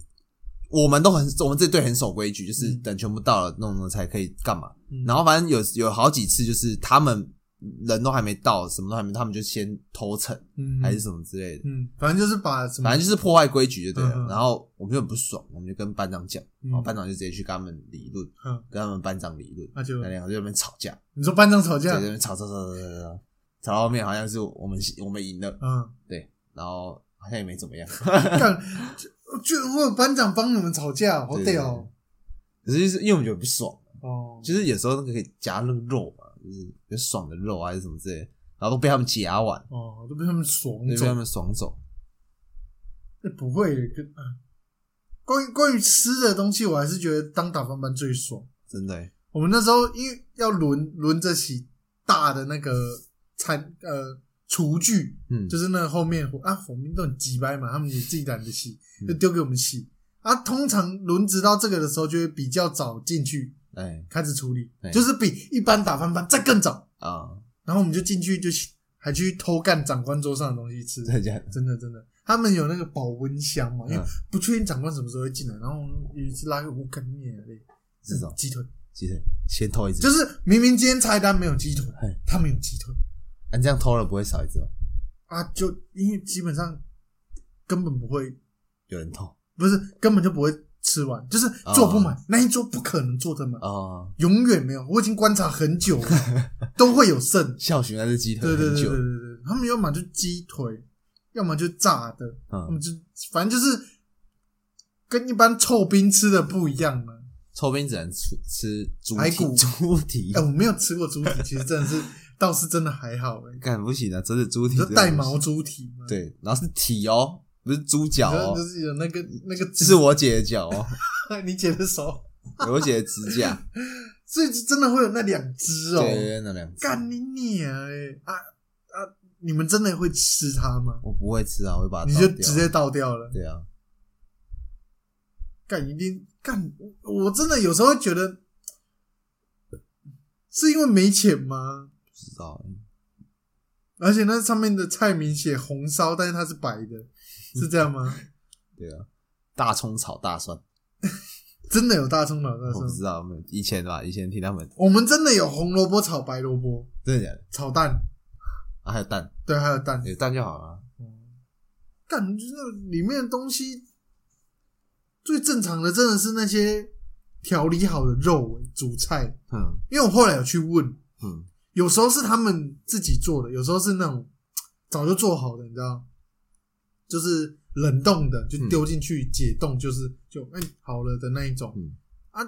B: 我们都很，我们这队很守规矩，就是
C: 嗯
B: 等全部到了弄弄才可以干嘛。
C: 嗯
B: 然后反正有有好几次就是他们人都还没到，什么都还没，他们就先偷层
C: 嗯
B: 还是什么之类的，
C: 嗯，反正就是把什么
B: 反正就是破坏规矩就对了。
C: 嗯嗯
B: 然后我们就很不爽，我们就跟班长讲，然后
C: 嗯
B: 班长就直接去跟他们理论，
C: 嗯
B: 跟他们班长理论，
C: 那啊就
B: 那两个就在那边吵架，
C: 你说班长吵
B: 在
C: 架
B: 那，边吵吵吵吵吵吵，吵到后面好像是我们我们赢了，
C: 嗯，啊
B: 然后好像也没怎么样，
C: 干，居然会有班长帮你们吵架，好
B: 对对
C: 屌 哦
B: 可是就是因为我们觉得不爽，
C: 哦，
B: 就是有时候那个可以夹那个肉嘛，就是有爽的肉啊还是什么之类的，然后都被他们夹完，
C: 哦，都被他们爽
B: 就被他
C: 走。
B: 们爽走。
C: 欸不会，跟啊关于关于吃的东西，我还是觉得当打饭班最爽。
B: 真的欸，
C: 我们那时候因为要轮轮着洗大的那个餐呃厨具，
B: 嗯，
C: 就是是那后面啊，我们都很鸡掰嘛，他们也自己懒得洗，
B: 嗯
C: 就丢给我们洗。啊，通常轮值到这个的时候，就会比较早进去
B: 哎
C: 开始处理
B: 对，
C: 就是比一般打饭班再更早。
B: 啊，
C: 然后我们就进去就洗还去偷干长官桌上的东西吃，
B: 真的假的？
C: 真的真的，他们有那个保温箱嘛，因为
B: 嗯
C: 不确定长官什么时候会进来。然后有一次拉个五根面嘞，
B: 这种
C: 鸡腿，
B: 其实先偷一只，
C: 就是明明今天菜单没有鸡腿
B: 嘿，
C: 他们有鸡腿
B: 啊你这样偷了不会少一只吗？
C: 啊，就因为基本上根本不会，
B: 有人偷
C: 不是根本就不会吃完，就是做不满，
B: 哦
C: 那一桌不可能做得满，
B: 啊，
C: 永远没有。我已经观察很 久了，都会有剩。
B: 校巡那只鸡腿
C: 对对
B: 很
C: 对对
B: 久
C: 对，对，他们要么就鸡腿，要么就炸的，他
B: 嗯
C: 们，就反正就是跟一般臭冰吃的不一样嘛。
B: 抽兵只能吃吃猪
C: 排
B: 蹄，
C: 骨
B: 猪蹄
C: 哎、我没有吃过猪蹄，其实真的是倒是真的还好哎、
B: 干不行啊，真的猪蹄
C: 你说
B: 真的
C: 带
B: 不
C: 毛
B: 行，
C: 猪蹄嘛，，
B: 对，然后是蹄哦，不是猪脚哦
C: 就，是有那个那个
B: 这是我姐的脚哦，
C: 你姐的手，
B: 我姐的指 甲，
C: 所以真的会有那两只哦、
B: 对，那两只。
C: 干你娘哎、啊啊！你们真的会吃它吗？
B: 我不会吃啊，我会把它
C: 你
B: 倒
C: 就
B: 掉
C: 直接倒掉了，
B: 对啊，
C: 干一定干！我我真的有时候会觉得，是因为没钱吗？
B: 不知道
C: 而且那上面的菜名写红烧，但是它是白的，是这样吗？
B: 对啊，大葱炒大蒜，
C: 真的有大葱老大
B: 我不
C: 蒜？
B: 知道，没有以前吧，以前听他们
C: 我们真的有红萝卜炒白萝卜
B: 真的假的
C: 炒蛋，
B: 啊，还有蛋，
C: 对，还有蛋。
B: 有蛋就好了。
C: 感觉那里面的东西最正常的真的是那些调理好的肉、欸、主菜，
B: 嗯
C: 因为我后来有去问，
B: 嗯，
C: 有时候是他们自己做的，有时候是那种早就做好的，你知道，就是冷冻的，就丢进去解冻，就是就哎、好了的那一种。
B: 嗯
C: 啊，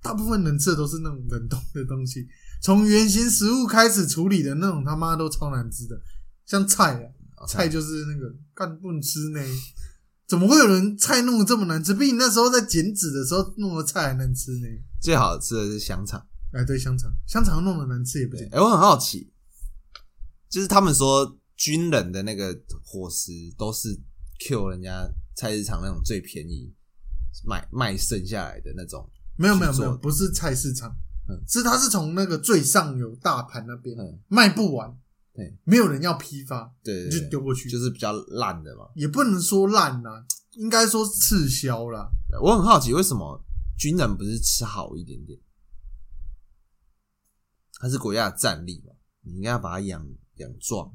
C: 大部分能吃的都是那种冷冻的东西，从原型食物开始处理的那种，他妈都超难吃的，像菜啊，
B: 好
C: 菜就是那个干不能吃呢。怎么会有人菜弄得这么难吃？比你那时候在减脂的时候弄的菜还难吃呢！
B: 最好吃的是香肠。
C: 哎，对，香肠，香肠弄的难吃也不
B: 对
C: 简，单。
B: 哎，我很好奇，就是他们说军人的那个伙食都是 Q 人家菜市场那种最便宜买卖剩下来的那种，
C: 没有没有
B: 去
C: 没
B: 做
C: 有，不是菜市场，
B: 嗯
C: 是它是从那个最上游大盘那边、
B: 嗯，
C: 卖不完，
B: 对，
C: 没有人要批发，
B: 对对
C: 你就
B: 对，
C: 丢过去，
B: 就是比较烂的嘛。
C: 也不能说烂啦、应该说是滞销啦。
B: 我很好奇，为什么军人不是吃好一点点？他是国家的战力嘛，你应该要把它养养壮，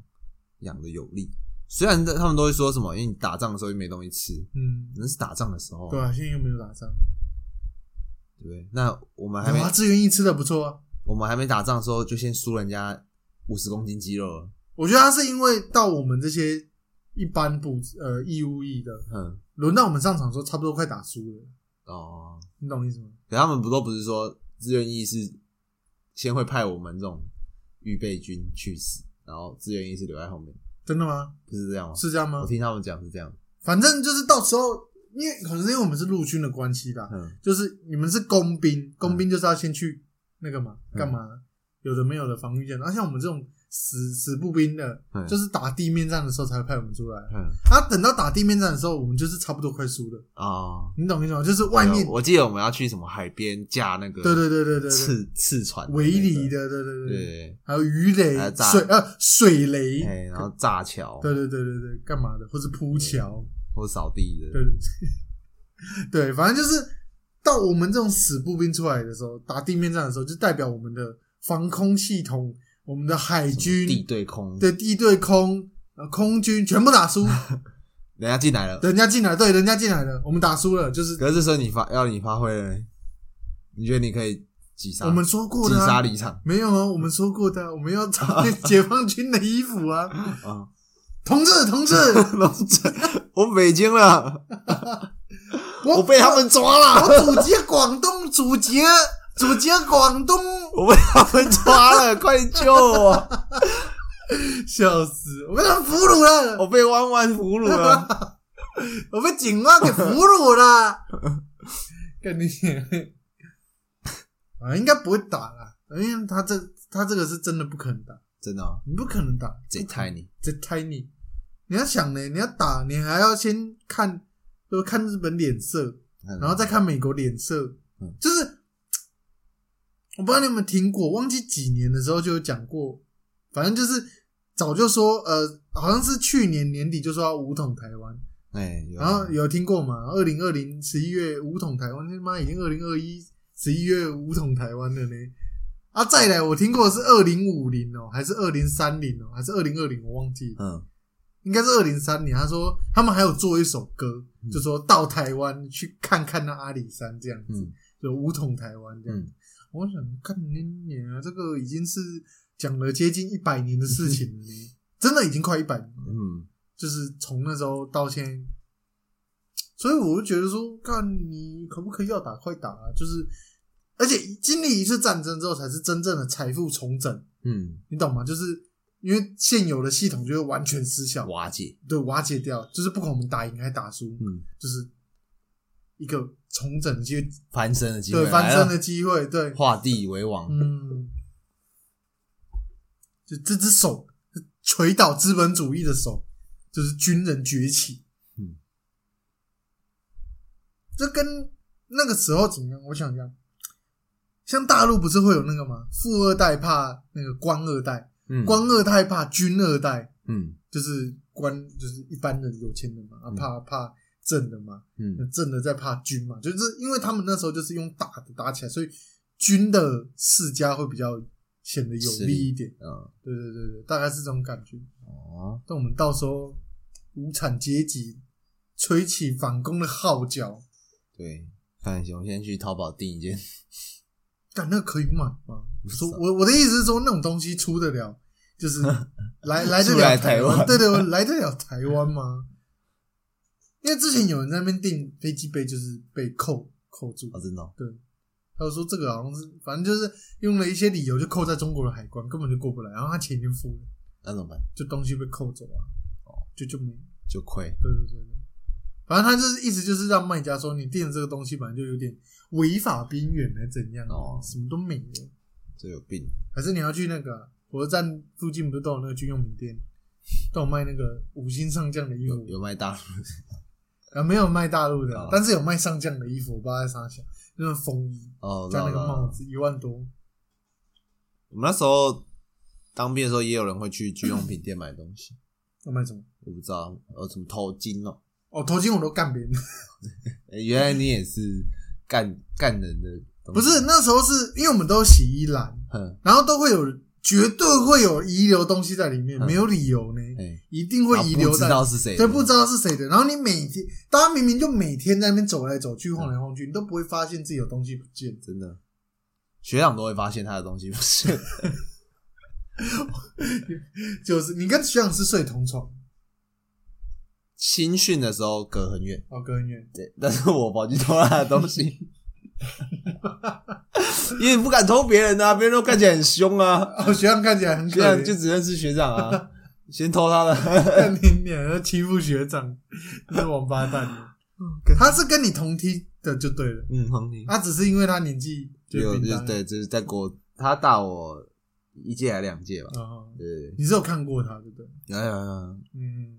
B: 养的有力。虽然他们都会说什么，因为你打仗的时候又没东西吃，
C: 嗯，
B: 那是打仗的时候啊，
C: 对啊，现在又没有打仗，
B: 对不对？那我们还没
C: 有啊，志愿役吃的不错啊。
B: 我们还没打仗的时候，就先输人家五十公斤肌肉了。
C: 我觉得他是因为到我们这些一般不呃义务役的，
B: 嗯，
C: 轮到我们上场的时候，差不多快打输了，
B: 哦，
C: 你懂意思吗？
B: 可他们不都不是说志愿役是先会派我们这种预备军去死，然后志愿役是留在后面，
C: 真的吗？
B: 不是这样吗？
C: 是这样吗
B: 哦我？听他们讲是这样。
C: 反正就是到时候，因为可能是因为我们是陆军的关系啦，
B: 嗯，
C: 就是你们是工兵，工兵就是要先去那个嘛，
B: 嗯
C: 啊干嘛？有的没有的防御战，而、像我们这种死死步兵的
B: 嗯，
C: 就是打地面战的时候才会派我们出来。
B: 嗯
C: 他、等到打地面战的时候，我们就是差不多快输了，
B: 啊，
C: 你懂我意思吗？就是外面，
B: 哎我记得我们要去什么海边架那个
C: 对对对对对对，
B: 刺刺船的那个
C: 围篱，的，对对
B: 对
C: 对，
B: 对
C: 还有鱼雷
B: 还有、炸
C: 水呃水雷
B: 对，，哎，然后炸桥
C: 对对对对对，干嘛的，或是铺桥，
B: 或扫地的，
C: 对 对，反正就是到我们这种死步兵出来的时候，打地面战的时候，就代表我们的防空系统、我们的海军、
B: 地对空，
C: 对地对空、呃空军全部 打输，
B: 人家进来了，
C: 人家进来，对，人家进来了，我们打输了，就是
B: 可是这时候你发要你发挥了呢，你觉得你可以击杀？
C: 我们说过
B: 击
C: 的、
B: 杀
C: 啊，
B: 离场
C: 没有啊，我们说过的啊、我们要 找解放军的衣服啊，
B: 啊，
C: 同志，同志，
B: 龙城，我北京了，
C: 我哦
B: 我被他们抓了，
C: 我阻截广东，阻截阻截 广东，
B: 我被他们抓了，快点救我！
C: 笑死，我被他们俘虏了，
B: 我被弯弯俘虏了，
C: 我被警官给俘虏了。 跟你啊，应该不会打啦，因为他这他这个是真的不可能打，
B: 真的哦，
C: 你不可能打，
B: 这太你
C: 这太你，你要想呢，你要打，你还要先看，就看日本脸色，然后再看美国脸色
B: 嗯，
C: 就是我不知道你有没有听过，忘记几年的时候就有讲过，反正就是早就说，呃，好像是去年年底就说要武统台湾，
B: 哎，
C: 然
B: 啊
C: 后有听过吗？二零二零十一月五统台湾，他妈已经二零二一十一月五统台湾了呢。啊，再来我听过的是二零五零哦，还是二零三零哦，还是二零二零？我忘记，
B: 嗯
C: 应该是二零三零。他说他们还有做一首歌，
B: 嗯
C: 就说到台湾去看看那阿里山这样子，
B: 嗯
C: 就五统台湾这样。
B: 嗯，
C: 我想看你娘，这个已经是讲了接近一百年的事情 了呢，真的已经快一百年了。
B: 嗯，
C: 就是从那时候到现在，所以我就觉得说，看你可不可以要打快打啊！就是，而且经历一次战争之后，才是真正的财富重整，
B: 嗯，
C: 你懂吗？就是因为现有的系统就会完全失效，
B: 嗯瓦解，
C: 对，瓦解掉，就是不管我们打赢还打输，
B: 嗯，
C: 就是一个重整的机会，
B: 翻身的机会，
C: 对，翻身
B: 来
C: 的
B: 了，
C: 机会，对，
B: 画地为王，
C: 嗯，就这只手锤倒资本主义的手，就是军人崛起。
B: 嗯，
C: 这跟那个时候怎么样？我想想，像大陆不是会有那个吗？富二代怕那个官二代，
B: 嗯，
C: 官二代怕军二代，
B: 嗯
C: 就是官就是一般人有钱人嘛，啊
B: 嗯
C: 怕怕正的嘛，那
B: 嗯
C: 正的在怕军嘛，就是因为他们那时候就是用打的打起来，所以军的世家会比较显得有
B: 实力
C: 利一点。
B: 嗯，
C: 对对对对，大概是这种感觉。
B: 哦，
C: 但我们到时候无产阶级吹起反攻的号角，
B: 对，范行，我先去淘宝订一件，
C: 但那可以买吗？
B: 不
C: 说
B: 知道
C: 我我的意思是说，那种东西出得了，就是 来来得
B: 出来
C: 了
B: 台湾
C: 湾， 对对，我来得了台湾吗？因为之前有人在那边订飞机杯，就是被扣扣住
B: 哦，，真的哦，
C: 对，他就说这个好像是，反正就是用了一些理由就扣在中国的海关，根本就过不来，然后他钱已经付了，
B: 那怎么办？
C: 就东西被扣走啊，就就没，
B: 就亏，
C: 对对对对，反正他就是意思就是让卖家说你订的这个东西本来就有点违法边缘还是怎样，
B: 哦
C: 什么都没了，
B: 这有病，
C: 还是你要去那个啊火车站附近不是都有那个军用品 店，都有卖那个五星上将的衣服
B: 有，有卖大陆
C: 啊没有卖大陆的啊
B: 哦，
C: 但是有卖上将的衣服，我不知道在啥想，那种风衣
B: 哦，
C: 加那
B: 知道了
C: 个帽子一万多。
B: 我们那时候当兵的时候，也有人会去军用品店买东西，
C: 要卖什么？
B: 我不知道，呃，什么头巾哦、
C: 哦，头巾我都干别人，
B: 诶原来你也是干干人的东西，
C: 不是那时候是因为我们都有洗衣篮，
B: 哼，
C: 然后都会有绝对会有遗留东西在里面，
B: 嗯
C: 没有理由呢，
B: 哎、
C: 一定会
B: 然后
C: 遗留
B: 不知
C: 在，
B: 道是谁的，
C: 对，不知道是谁的。然后你每天，大家明明就每天在那边走来走去、晃来晃去，你都不会发现自己有东西不见。
B: 真的，学长都会发现他的东西不是，
C: 就是你跟学长是睡同床，
B: 新训的时候隔很远，
C: 哦，隔很远，
B: 对，但是我跑去偷他的东 西。因为不敢偷别人啊，别人都看起来很凶啊，
C: 哦，学长看起来很可
B: 虽然
C: 怜，
B: 就只认识学长 啊，先偷他的，
C: 看你脸要欺负学长，这是王八蛋。他是跟你同梯的就对了，啊
B: 嗯，亨利，
C: 他只是因为他年纪就
B: 有
C: 比你
B: 就
C: 大
B: 是对，就是在国，他大我一届还两届吧，
C: 啊，
B: 对，
C: 你是有看过他，对不对？
B: 有有有，
C: 嗯，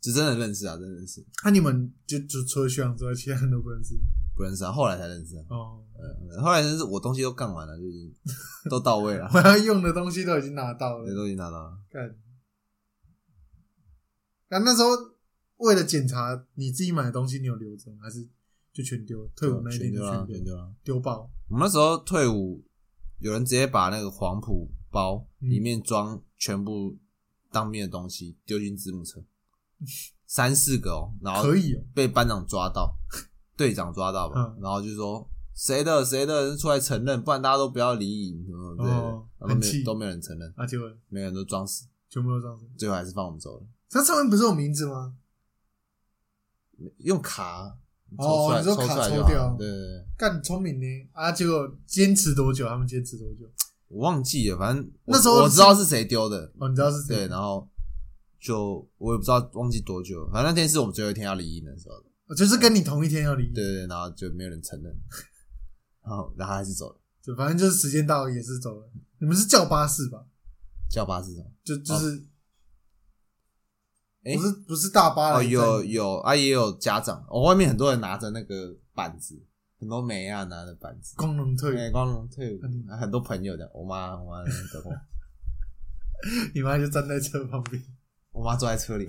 B: 就真的认识啊，真的认识，
C: 那、你们就就除了徐朗之外，其他人都不认识
B: 不认识啊，后来才认识啊，
C: 哦。
B: 嗯后来认识我东西都干完了，就已经都到位 了，
C: 我要用的东西都已经拿到
B: 对，
C: 了，
B: 都已经拿到了，
C: 干。那、那时候为了检查你自己买的东西，你有留着吗还是就啊全丢？退伍那一
B: 啊哦全
C: 天就
B: 丢了，
C: 全
B: 全
C: 丢，
B: 丢了。
C: 丢爆。
B: 我们那时候退伍，有人直接把那个黄埔包
C: 嗯
B: 里面装全部当兵的东西丢进字幕车， 三四个哦，然后
C: 可以哦，
B: 被班长抓到，队长抓到吧，
C: 嗯
B: 然后就说谁的谁的人出来承认，不然大家都不要理你什么之类的，
C: 哦
B: 然后都
C: 很
B: 没
C: 气
B: 有都没有人承认，
C: 啊，结果
B: 每个人都装死，
C: 全部都这样子。
B: 最后还是放我们走了，
C: 它上面不是有名字吗？
B: 用卡抽
C: 哦
B: 出来、
C: 你说
B: 抽
C: 卡
B: 出来
C: 抽
B: 就好
C: 掉
B: 了对对对。
C: 干聪明呢啊！结果坚持多久？他们坚持多久？
B: 我忘记了，反正我
C: 那时候
B: 我
C: 是
B: 知道是谁丢的，
C: 哦，你知道是谁？
B: 对，然后就我也不知道忘记多久了，反正那天是我们最后一天要离营的时候，
C: 哦就是跟你同一天要离
B: 对，对对，然后就没有人承 认，然后然后还是走了，
C: 就反正就是时间到了也是走了。你们是叫巴士吧？
B: 叫巴士什么？
C: 就就是
B: 哎
C: 不是不是大巴
B: 哦，
C: 了，
B: 有有啊，也有家长，哦，外面很多人拿着那个板子，很多美亚拿着板子，
C: 光荣退伍，
B: 对，光荣退伍
C: 嗯，
B: 啊很多朋友的，我妈我妈等 我，
C: 你妈就站在车旁边，
B: 我妈坐在车里，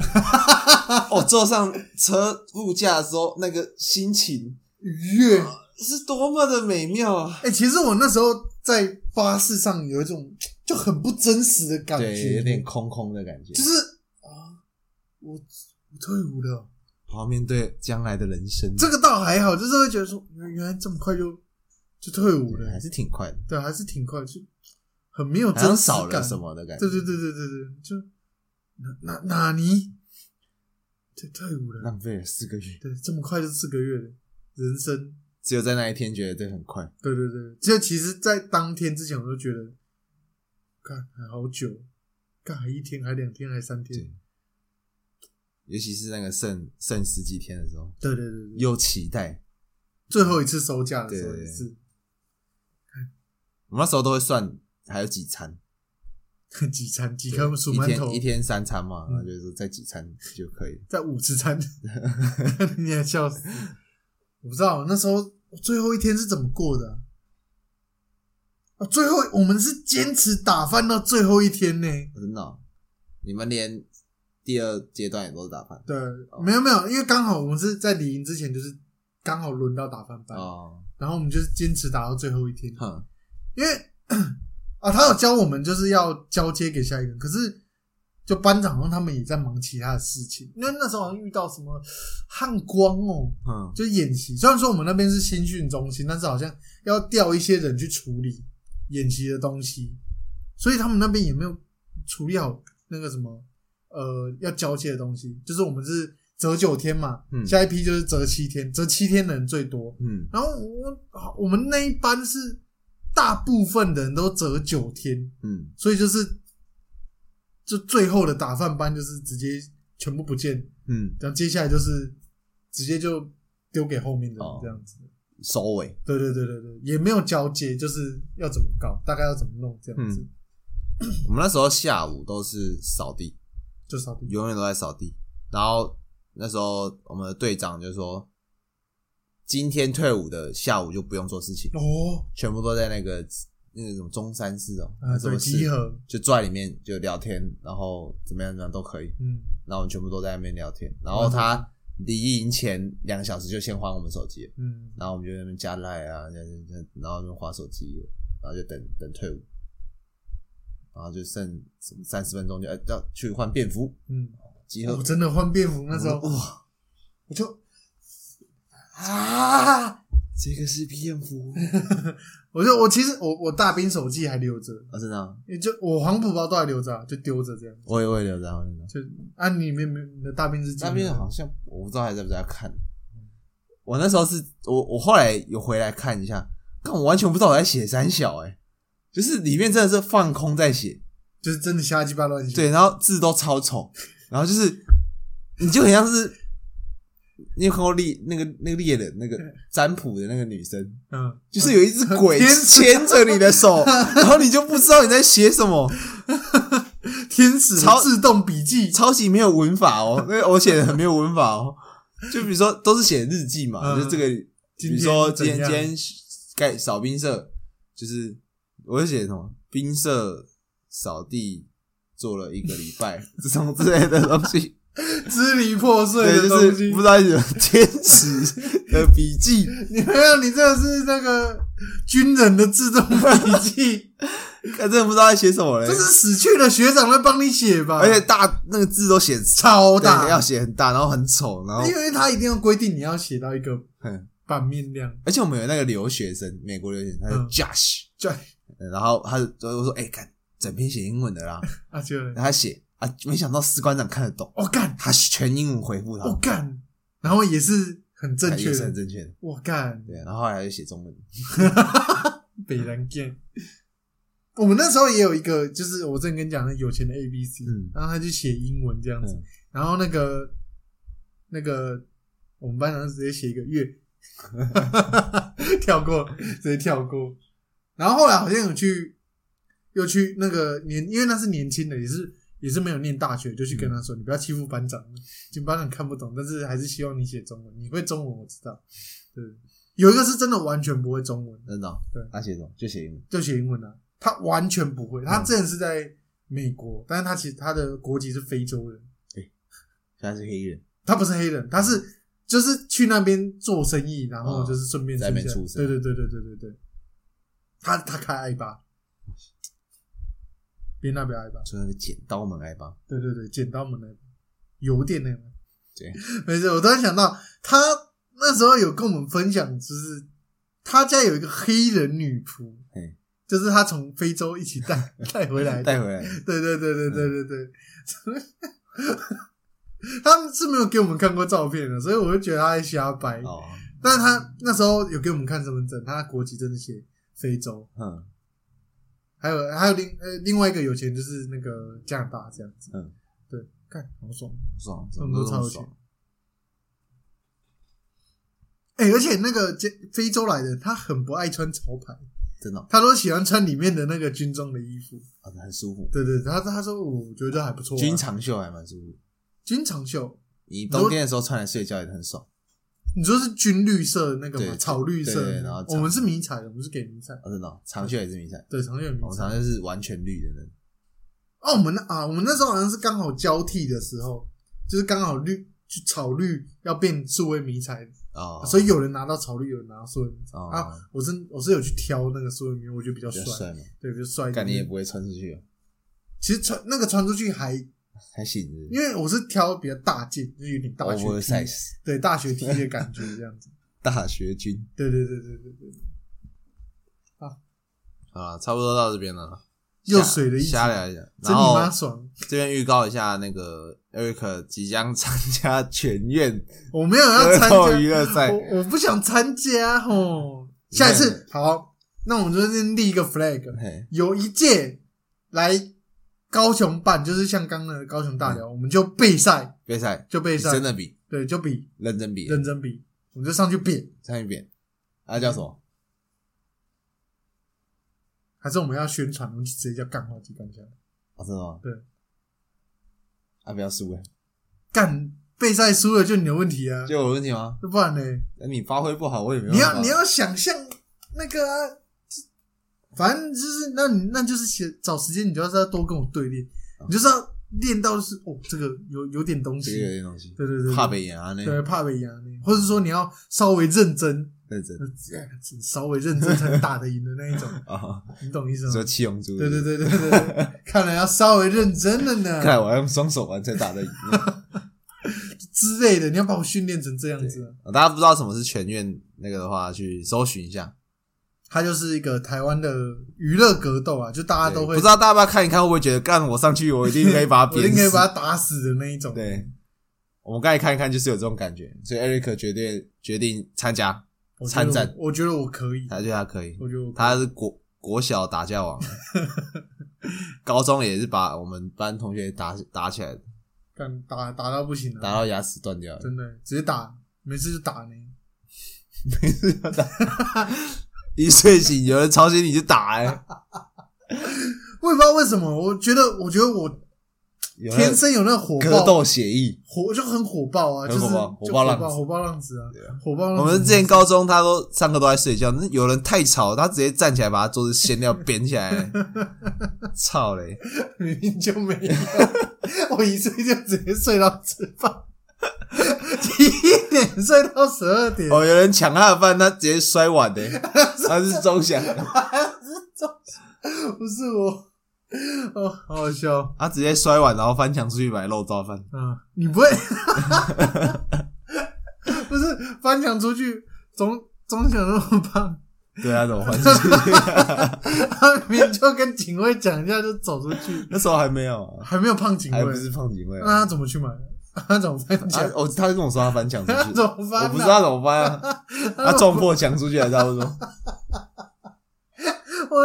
B: 我、坐上车副驾的时候，那个心情
C: 愉悦。
B: 是多么的美妙啊！
C: 哎、哦其实我那时候在巴士上有一种就很不真实的感
B: 对，
C: 觉，
B: 有点空空的感觉
C: 就，是啊，我我退伍了，
B: 好好面对将来的人生，
C: 这个倒还好，就是会觉得说原原来这么快就就退伍
B: 对
C: 了
B: 还，是挺快的，
C: 对，还是挺快，就很没有
B: 好像
C: 真实
B: 少了
C: 感。
B: 什么的感觉。
C: 对对对，对对对，就哪哪哪尼，退退伍了，
B: 浪费了四个月，
C: 对，这么快就四个月了，人生
B: 只有在那一天觉得对很快，
C: 对对对，就其实，在当天之前我就觉得，干还好久，干还一天，还两天，还三天
B: 对。尤其是那个剩剩十几天的时候，
C: 对对对对，
B: 又期待。
C: 最后一次收假的时候
B: 对
C: 也
B: 对对
C: 是
B: 我们那时候都会算还有几餐，
C: 几餐几
B: 对
C: 颗数
B: 一
C: 馒头
B: 天一，天三餐嘛，
C: 嗯
B: 然后就是再几餐就可以。
C: 在五 十餐，你还笑死！我不知道那时候最后一天是怎么过的啊、啊最后我们是坚持打饭到最后一天呢、
B: 我真的哦，你们连第二阶段也都是打饭
C: 对，没有没有，因为刚好我们是在离营之前，就是刚好轮到打饭班，
B: 哦，
C: 然后我们就是坚持打到最后一天。
B: 哼，
C: 因为 啊，他有教我们就是要交接给下一个人，可是就班长让他们也在忙其他的事情。因为那时候好像遇到什么汉光哦，
B: 嗯，
C: 就演习。虽然说我们那边是新训中心，但是好像要调一些人去处理演习的东西，所以他们那边也没有处理好那个什么呃要交接的东西。就是我们是折九天嘛，
B: 嗯
C: 下一批就是折七天，折七天的人最多。
B: 嗯，
C: 然后我我们那一班是大部分的人都折九天，
B: 嗯，
C: 所以就是就最后的打饭班就是直接全部不见，
B: 嗯，
C: 然后接下来就是直接就丢给后面的人
B: 哦
C: 这样子。
B: 收尾，
C: 对对对对对，也没有交接，就是要怎么搞，大概要怎么弄这样子，
B: 嗯我们那时候下午都是扫地，
C: 就扫地。
B: 永远都在扫地。然后那时候我们的队长就说，今天退伍的下午就不用做事情，
C: 哦，
B: 全部都在那个那个什么中山市哦，
C: 啊，
B: 什
C: 对，
B: 么
C: 集
B: 市，
C: 合，
B: 就坐在里面就聊天，然后怎么样怎么样都可以。
C: 嗯，
B: 然后我们全部都在那边聊天。然后他离营前两个小时就先还我们手机了，
C: 嗯，
B: 然后我们就在那边加赖啊，这样这样这样然后就划手机，然后就等等退伍。然后就剩三十分钟就，哎要去换便服，
C: 嗯，
B: 集
C: 我
B: 合。哦
C: 真的换便服那时候，
B: 哇，
C: 我就啊，
B: 这个是蝙蝠
C: 我就我其实我我大兵手记还留着，
B: 啊，真的啊、
C: 也就我黄埔包都还留着、啊，就丢着这样。
B: 我也会留着，我也留着。
C: 就啊，你没没你的大兵日记没
B: 那
C: 有？
B: 边好像我不知道还在不在看。我那时候是我我后来有回来看一下，但我完全不知道我在写三小哎、欸就是里面真的是放空在写，
C: 就是真的瞎鸡巴乱写。
B: 对，然后字都超丑，然后就是你就很像是你有看过猎那个那个猎人那个占卜的那个女生，
C: 嗯，
B: 就是有一只鬼
C: 天使
B: 牵着你的 手，然后你就不知道你在写什么，
C: 天使的
B: 超
C: 自动笔记，
B: 超级没有文法哦，那个我写的很没有文法哦。就比如说都是写日记嘛，
C: 嗯
B: 就这个，比
C: 今
B: 如说今天
C: 怎
B: 今
C: 样
B: 天盖扫冰社，就是我就写什么冰社扫地做了一个礼拜 这种之类的东西。
C: 支离破碎
B: 对，
C: 的
B: 就
C: 东
B: 是
C: 西
B: 不。知道什么天使的笔记，
C: 你没有，啊你这个是那个军人的自动笔 记，
B: 哎看真的不知道在写什么嘞
C: 这。是死去的学长在帮你写吧？
B: 而且大那个字都写
C: 超
B: 对要
C: 大，
B: 写很大，然后很丑，然后
C: 因为他一定要规定你要写到一个
B: 嗯
C: 版面量。
B: 而且我们有那个留学生，美国留学生，他叫
C: 嗯
B: Josh，、
C: 对
B: 然后他就我说，哎、看整篇写英文的啦，
C: 啊，就
B: 然后他写啊，没想到士官长看得懂，
C: 我干，
B: 他全英文回复他
C: 我，干，然后也是很哦正
B: 哎
C: 确
B: 也是
C: 的
B: 很，正确的，
C: 我干，
B: 对，然后后来他就写中文，
C: 北南见。我们那时候也有一个，就是我之前跟你讲的有钱的 A B C，、
B: 嗯
C: 然后他就写英文这样子，
B: 嗯
C: 然后那个那个我们班长就直接写一个 月，跳过，直接跳过。然后后来好像有去又去那个年，因为那是年轻的，也是也是没有念大学，就去跟他
B: 嗯
C: 说，你不要欺负班长，就班长看不懂，但是还是希望你写中文，你会中文我知道。对，有一个是真的完全不会中文，
B: 真的哦、
C: 对
B: 他写什么就写英文，
C: 就写英文啊，他完全不会。
B: 嗯
C: 他之前是在美国，但是他其实他的国籍是非洲人，
B: 现在是黑人，
C: 他不是黑人，他是就是去那边做生意，然后
B: 嗯
C: 就是顺便
B: 在那边
C: 下
B: 出生
C: 对对对对对对对，他他开爱吧，边那边爱吧，
B: 穿那个剪刀门来吧，
C: 对对对，剪刀门那边邮电那边。
B: 对，
C: 没事，我突然想到，他那时候有跟我们分享，就是他家有一个黑人女仆
B: 嘿，
C: 就是他从非洲一起带 带回来的，
B: 带回 来，
C: 对对对对
B: 嗯
C: 对对对， 他们是没有给我们看过照片的，所以我就觉得他在瞎掰。
B: 哦，
C: 但是他那时候有给我们看身份证，他国籍真的写非洲，
B: 嗯。
C: 还有还有另呃另外一个有钱就是那个加拿大这样子。
B: 嗯，
C: 对，看好爽。
B: 爽，
C: 他
B: 怎
C: 们
B: 么
C: 都
B: 都这么
C: 超有
B: 爽
C: 钱。哎、而且那个加非洲来的他很不爱穿潮牌，
B: 真的哦、
C: 他都喜欢穿里面的那个军装的衣服。
B: 啊很舒服。
C: 对对，他他说哦我觉得还不错、啊，
B: 军长袖还蛮舒服，
C: 军长袖。
B: 你冬天的时候穿来睡觉也很爽
C: 你说是军绿色的那个吗？
B: 对
C: 草绿色
B: 对对
C: 的
B: 然后，
C: 我们是迷彩的，我们是给迷彩。
B: 啊！真的哦、长袖也是迷彩，哦
C: 对，长袖也迷
B: 我们
C: 彩。
B: 长袖是完全绿的那种。
C: 哦，我们那啊，我们那时候好像是刚好交替的时候，就是刚好绿就草绿要变数位迷彩，
B: 哦，
C: 啊所
B: 以
C: 以有人拿到草绿，有人拿到数位迷彩
B: 哦
C: 啊。我是我是有去挑那个数位迷彩，我觉得比较
B: 比
C: 帅
B: 较，帅嘛，
C: 对，比较帅一
B: 感觉也
C: 点。
B: 不会穿出去哦，
C: 其实穿那个穿出去还，因
B: 还行是不是
C: 为我是挑比较大件，就是有点大
B: 哦
C: 学 T，
B: ，oversize
C: 对，大学 T 的感觉这样子。
B: 大学军
C: 对对对对对对，
B: 啊，差不多到这边了。
C: 又水的一集，
B: 瞎聊一下，
C: 真
B: 然
C: 你
B: 后
C: 妈爽！
B: 这边预告一下，那个 Eric 即将参加全 院
C: 我没有 要参
B: 最后
C: 加哦
B: 娱乐赛，
C: 我我不想参加吼。下一次好，那我们就先立一个 flag，
B: 嘿，
C: 有一届来高雄办，就是像刚刚的高雄大寮，我们就备赛，
B: 比赛
C: 就备赛，
B: 嗯真的比
C: 对，就比
B: 认真比
C: 认真比，我们就上去比，
B: 参与比，啊叫什么？
C: 还是我们要宣传，我们就直接叫干话机干下来，
B: 啊真的吗？
C: 对，
B: 啊不要输哎，
C: 干备赛输了就你的问题啊，
B: 就有问题吗？
C: 不然呢？
B: 那你发挥不好，我也没
C: 你
B: 办
C: 要
B: 法
C: 你要想象那个啊、反正就是那你那就是写找时间，你就是要多跟我对练，
B: 啊
C: 你就是要练到就是哦，这个有有点东
B: 这个有
C: 西，
B: 点东西，
C: 对对对，
B: 怕被演啊那
C: 对怕被压力，或者说你要稍微认真，
B: 认真
C: 呃稍微认真才打得赢的那 一种，
B: 啊，
C: 你懂意思
B: 说
C: 吗？
B: 七龙珠，
C: 对对，对对对对， 看来要稍微认真了
B: 看来
C: 呢
B: 我要用双手玩才打得赢。
C: 之类的，你要把我训练成这样子啊。
B: 啊大家不知道什么是全院那个的话，去搜寻一下。
C: 它就是一个台湾的娱乐格斗啊，就大家都
B: 对
C: 会
B: 不知道大家要不要看一看，会不会觉得干我上去，我一定可以 把它
C: 我一
B: 扁
C: 定可以
B: 死
C: 把。他打死的那一种。
B: 对，我们刚才看一看，就是有这种感觉，所以 Eric 决定决定参加，
C: 我觉
B: 参
C: 得
B: 战
C: 我，我觉得我可以，
B: 他觉得他可以，
C: 我觉得我可以
B: 他是国国小打架 王，啊高中也是把我们班同学打打起来的，
C: 干打打到不行了，
B: 打到牙齿断掉了。
C: 真的直接打每次就打你，
B: 一睡醒有人吵醒你就打、欸，
C: 我也不知道为什么，我觉得我觉得我
B: 有人
C: 天生有那火
B: 格
C: 爆
B: 斗协议。
C: 火就很火爆啊，就
B: 很
C: 是
B: 火爆火
C: 就
B: 爆浪
C: 火
B: 子
C: 火爆浪子啊
B: 对啊，
C: 火爆浪子。
B: 我们之前高中，他都上课都在睡觉，那有人太吵，他直接站起来把他桌子掀掉，扁起 来。操嘞！
C: 明明就没有，我一睡就直接睡到吃饭， 一点睡到十二点，
B: 哦，有人抢他的饭，他直接摔碗的、 他是中奖，
C: 不是我，哦，好好笑，
B: 他直接摔碗，然后翻墙出去买肉燥饭。
C: 嗯，你不会，不是翻墙出去，总总想那么胖，
B: 对啊，怎么翻出去？
C: 他明明就跟警卫讲一下就走出去，
B: 那时候还没有啊，
C: 还没有胖警
B: 还
C: 卫，
B: 不是胖警卫
C: 那
B: 啊。
C: 他怎么去买？ 他怎么翻
B: 他
C: 墙？
B: 哦，他跟我说他翻墙出
C: 他
B: 去
C: 怎，么翻、啊？
B: 我不知道怎么翻 啊。他撞破墙出去还是不多。
C: 我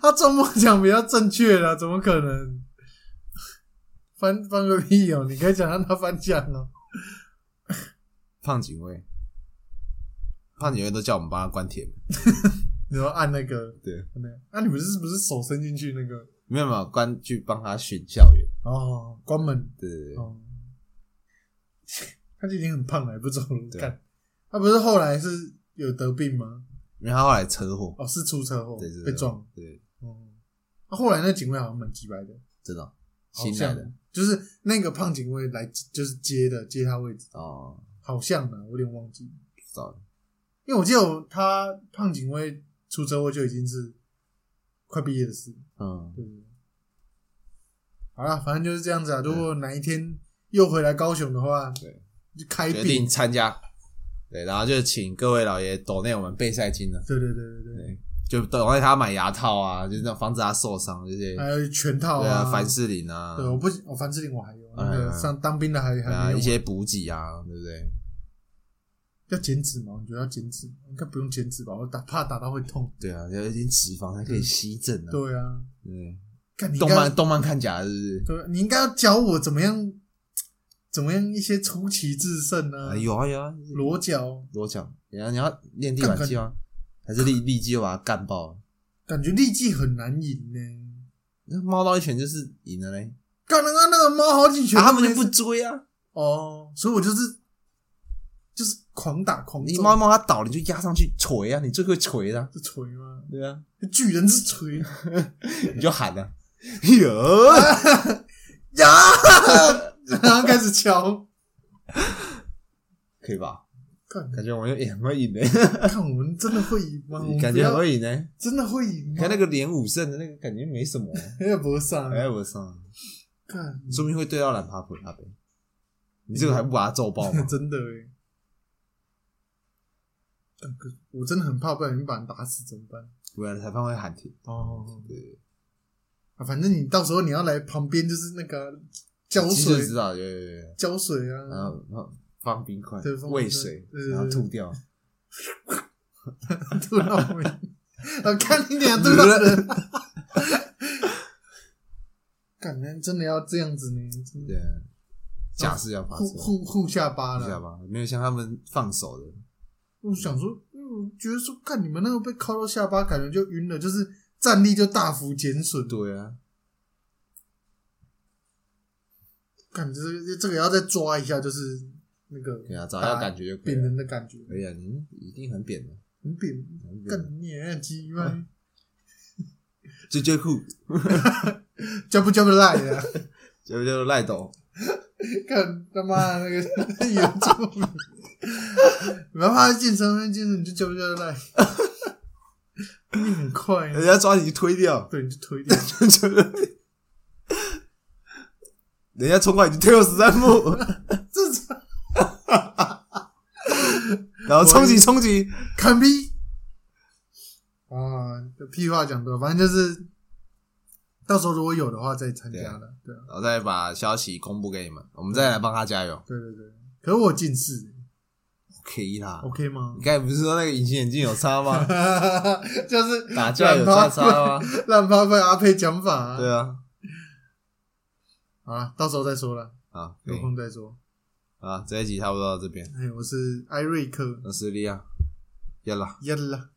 C: 他中末奖比较正确啦，怎么可能？翻翻个屁哦！你可以讲让他翻奖哦。
B: 胖警卫，胖警卫都叫我们帮他关铁门。
C: 你要按那个，
B: 对，
C: 那、啊、你们是不是手伸进去那个？
B: 没有没有关去帮他巡校园。
C: 哦，关门
B: 对对对，
C: 哦。 他就已经很胖了，还不知道怎么
B: 对啊
C: 干。他不是后来是有得病吗？
B: 因为他后来车祸，
C: 哦，是出车祸
B: 对对对
C: 被撞。
B: 对，
C: 哦，啊后来那警卫好像蛮鸡掰的，
B: 真的哦
C: 好
B: 新来
C: 像
B: 的
C: 就是那个胖警卫来就是接的接他位置，
B: 哦，
C: 好像呢，我有点忘记。
B: 不知道
C: 因为我记得我他胖警卫出车祸就已经是快毕业的事，
B: 嗯，
C: 对不对？好啦，反正就是这样子啊。如果哪一天又回来高雄的话，
B: 对，
C: 就开
B: 决定
C: 病，
B: 参加。对，然后就请各位老爷抖内我们备赛金了，
C: 对对对对对，
B: 对，就抖内他买牙套啊，就是那种防止他受伤这些，
C: 还有全套
B: 对
C: 啊，
B: 啊，凡士林啊，
C: 哎对，我不我凡士林我还有，
B: 哎
C: 那个上当兵的还
B: 对啊，
C: 还没有
B: 一些补给啊，对不对？
C: 要减脂吗？我觉得要减脂，应该不用减脂吧？我打怕打到会痛。
B: 对啊，要有一点脂肪才可以吸震啊。
C: 嗯对啊，
B: 对，
C: 看你应
B: 动
C: 该
B: 漫动漫看假的是不
C: 对，你应该要教我怎么样，怎么样一些出奇制胜啊
B: 是？，有啊有啊，
C: 裸脚。
B: 罗讲，你要你要练地板技吗？啊还是 立立即就把它干爆了？
C: 感觉力气很难赢呢、
B: 那猫到一拳就是赢了嘞，
C: 干了刚那个猫好几拳、
B: 啊他们就不追啊，
C: 哦，所以我就是就是狂打狂
B: 你
C: 揍
B: 猫猫它倒了你就压上去捶啊，你最会捶 的啊、
C: 是锤吗？
B: 对啊，
C: 巨人之锤
B: 你就喊啊，哟，
C: 呀，然后开始敲。
B: 可以吧？
C: 干，
B: 感觉我们也很会赢的、
C: 看我们真的会赢吗？ 我们
B: 感
C: 不
B: 觉
C: 要
B: 很会赢的、
C: 真的会赢
B: 你
C: 吗？
B: 看那个连五胜的那个，感觉没什么、
C: 那个不上，啊
B: 哎，我上，
C: 看
B: 说不定会对到懒趴普拉呗。你这个还不把它揍爆吗？
C: 真的哎、干可我真的很怕，不然你把人打死怎么办？
B: 不然裁判会喊停。
C: 哦，
B: 对，
C: 啊反正你到时候你要来旁边就是那个浇
B: 其实
C: 水
B: 知道，有有有有。
C: 浇水啊，
B: 然后然后放冰块
C: 对放，
B: 喂
C: 冰块
B: 水
C: 对对，
B: 然后
C: 对
B: 吐掉。
C: 吐到 我，我啊看你俩吐到人， 感觉真的要这样子呢，真的
B: 对啊，假释要发
C: 护
B: 生，
C: 护护下巴
B: 知道
C: 了。
B: 吧？没有像他们放手的，
C: 我想说，我觉得说，看你们那个被敲到下巴，感觉就晕了，就是战力就大幅减损。
B: 对啊，
C: 感觉这个这个要再抓一下，就是那个
B: 对啊，找到感觉就可以
C: 扁
B: 了。
C: 人的感觉，
B: 可以啊，你一定很扁的，
C: 很扁，
B: 很扁的。
C: 干你娘鸡巴，
B: 嗯就就酷，
C: 叫不叫不赖啊呀？
B: 就就赖抖，
C: 看他妈的那个有这么，你要怕他健身，他健身你就叫不叫得来？ 你很快，啊
B: 人家抓你就推掉，
C: 对，你就推掉。
B: 就是人家冲过来你就推我十三步，
C: 这是
B: 然后冲击冲击，
C: 砍逼啊！这屁话讲多，反正就是到时候如果有的话再参加了。对啊，
B: 然后再把消息公布给你们，我们再来帮他加油
C: 对对对。可是我近视欸
B: ，OK 啦。
C: ，OK 吗
B: 你？刚才不是说那个隐形眼镜有差吗？
C: 就是
B: 打架有
C: 烂
B: 差
C: 趴
B: 差吗？
C: 烂趴被阿佩讲法啊
B: 对啊，
C: 啊，到时候再说了，
B: 啊，可
C: 有
B: 以
C: 空再说。啊，这一集差不多到这边，
B: 哎，我是艾瑞克，啊
C: 我是利亚，耶啦。
B: 耶啦。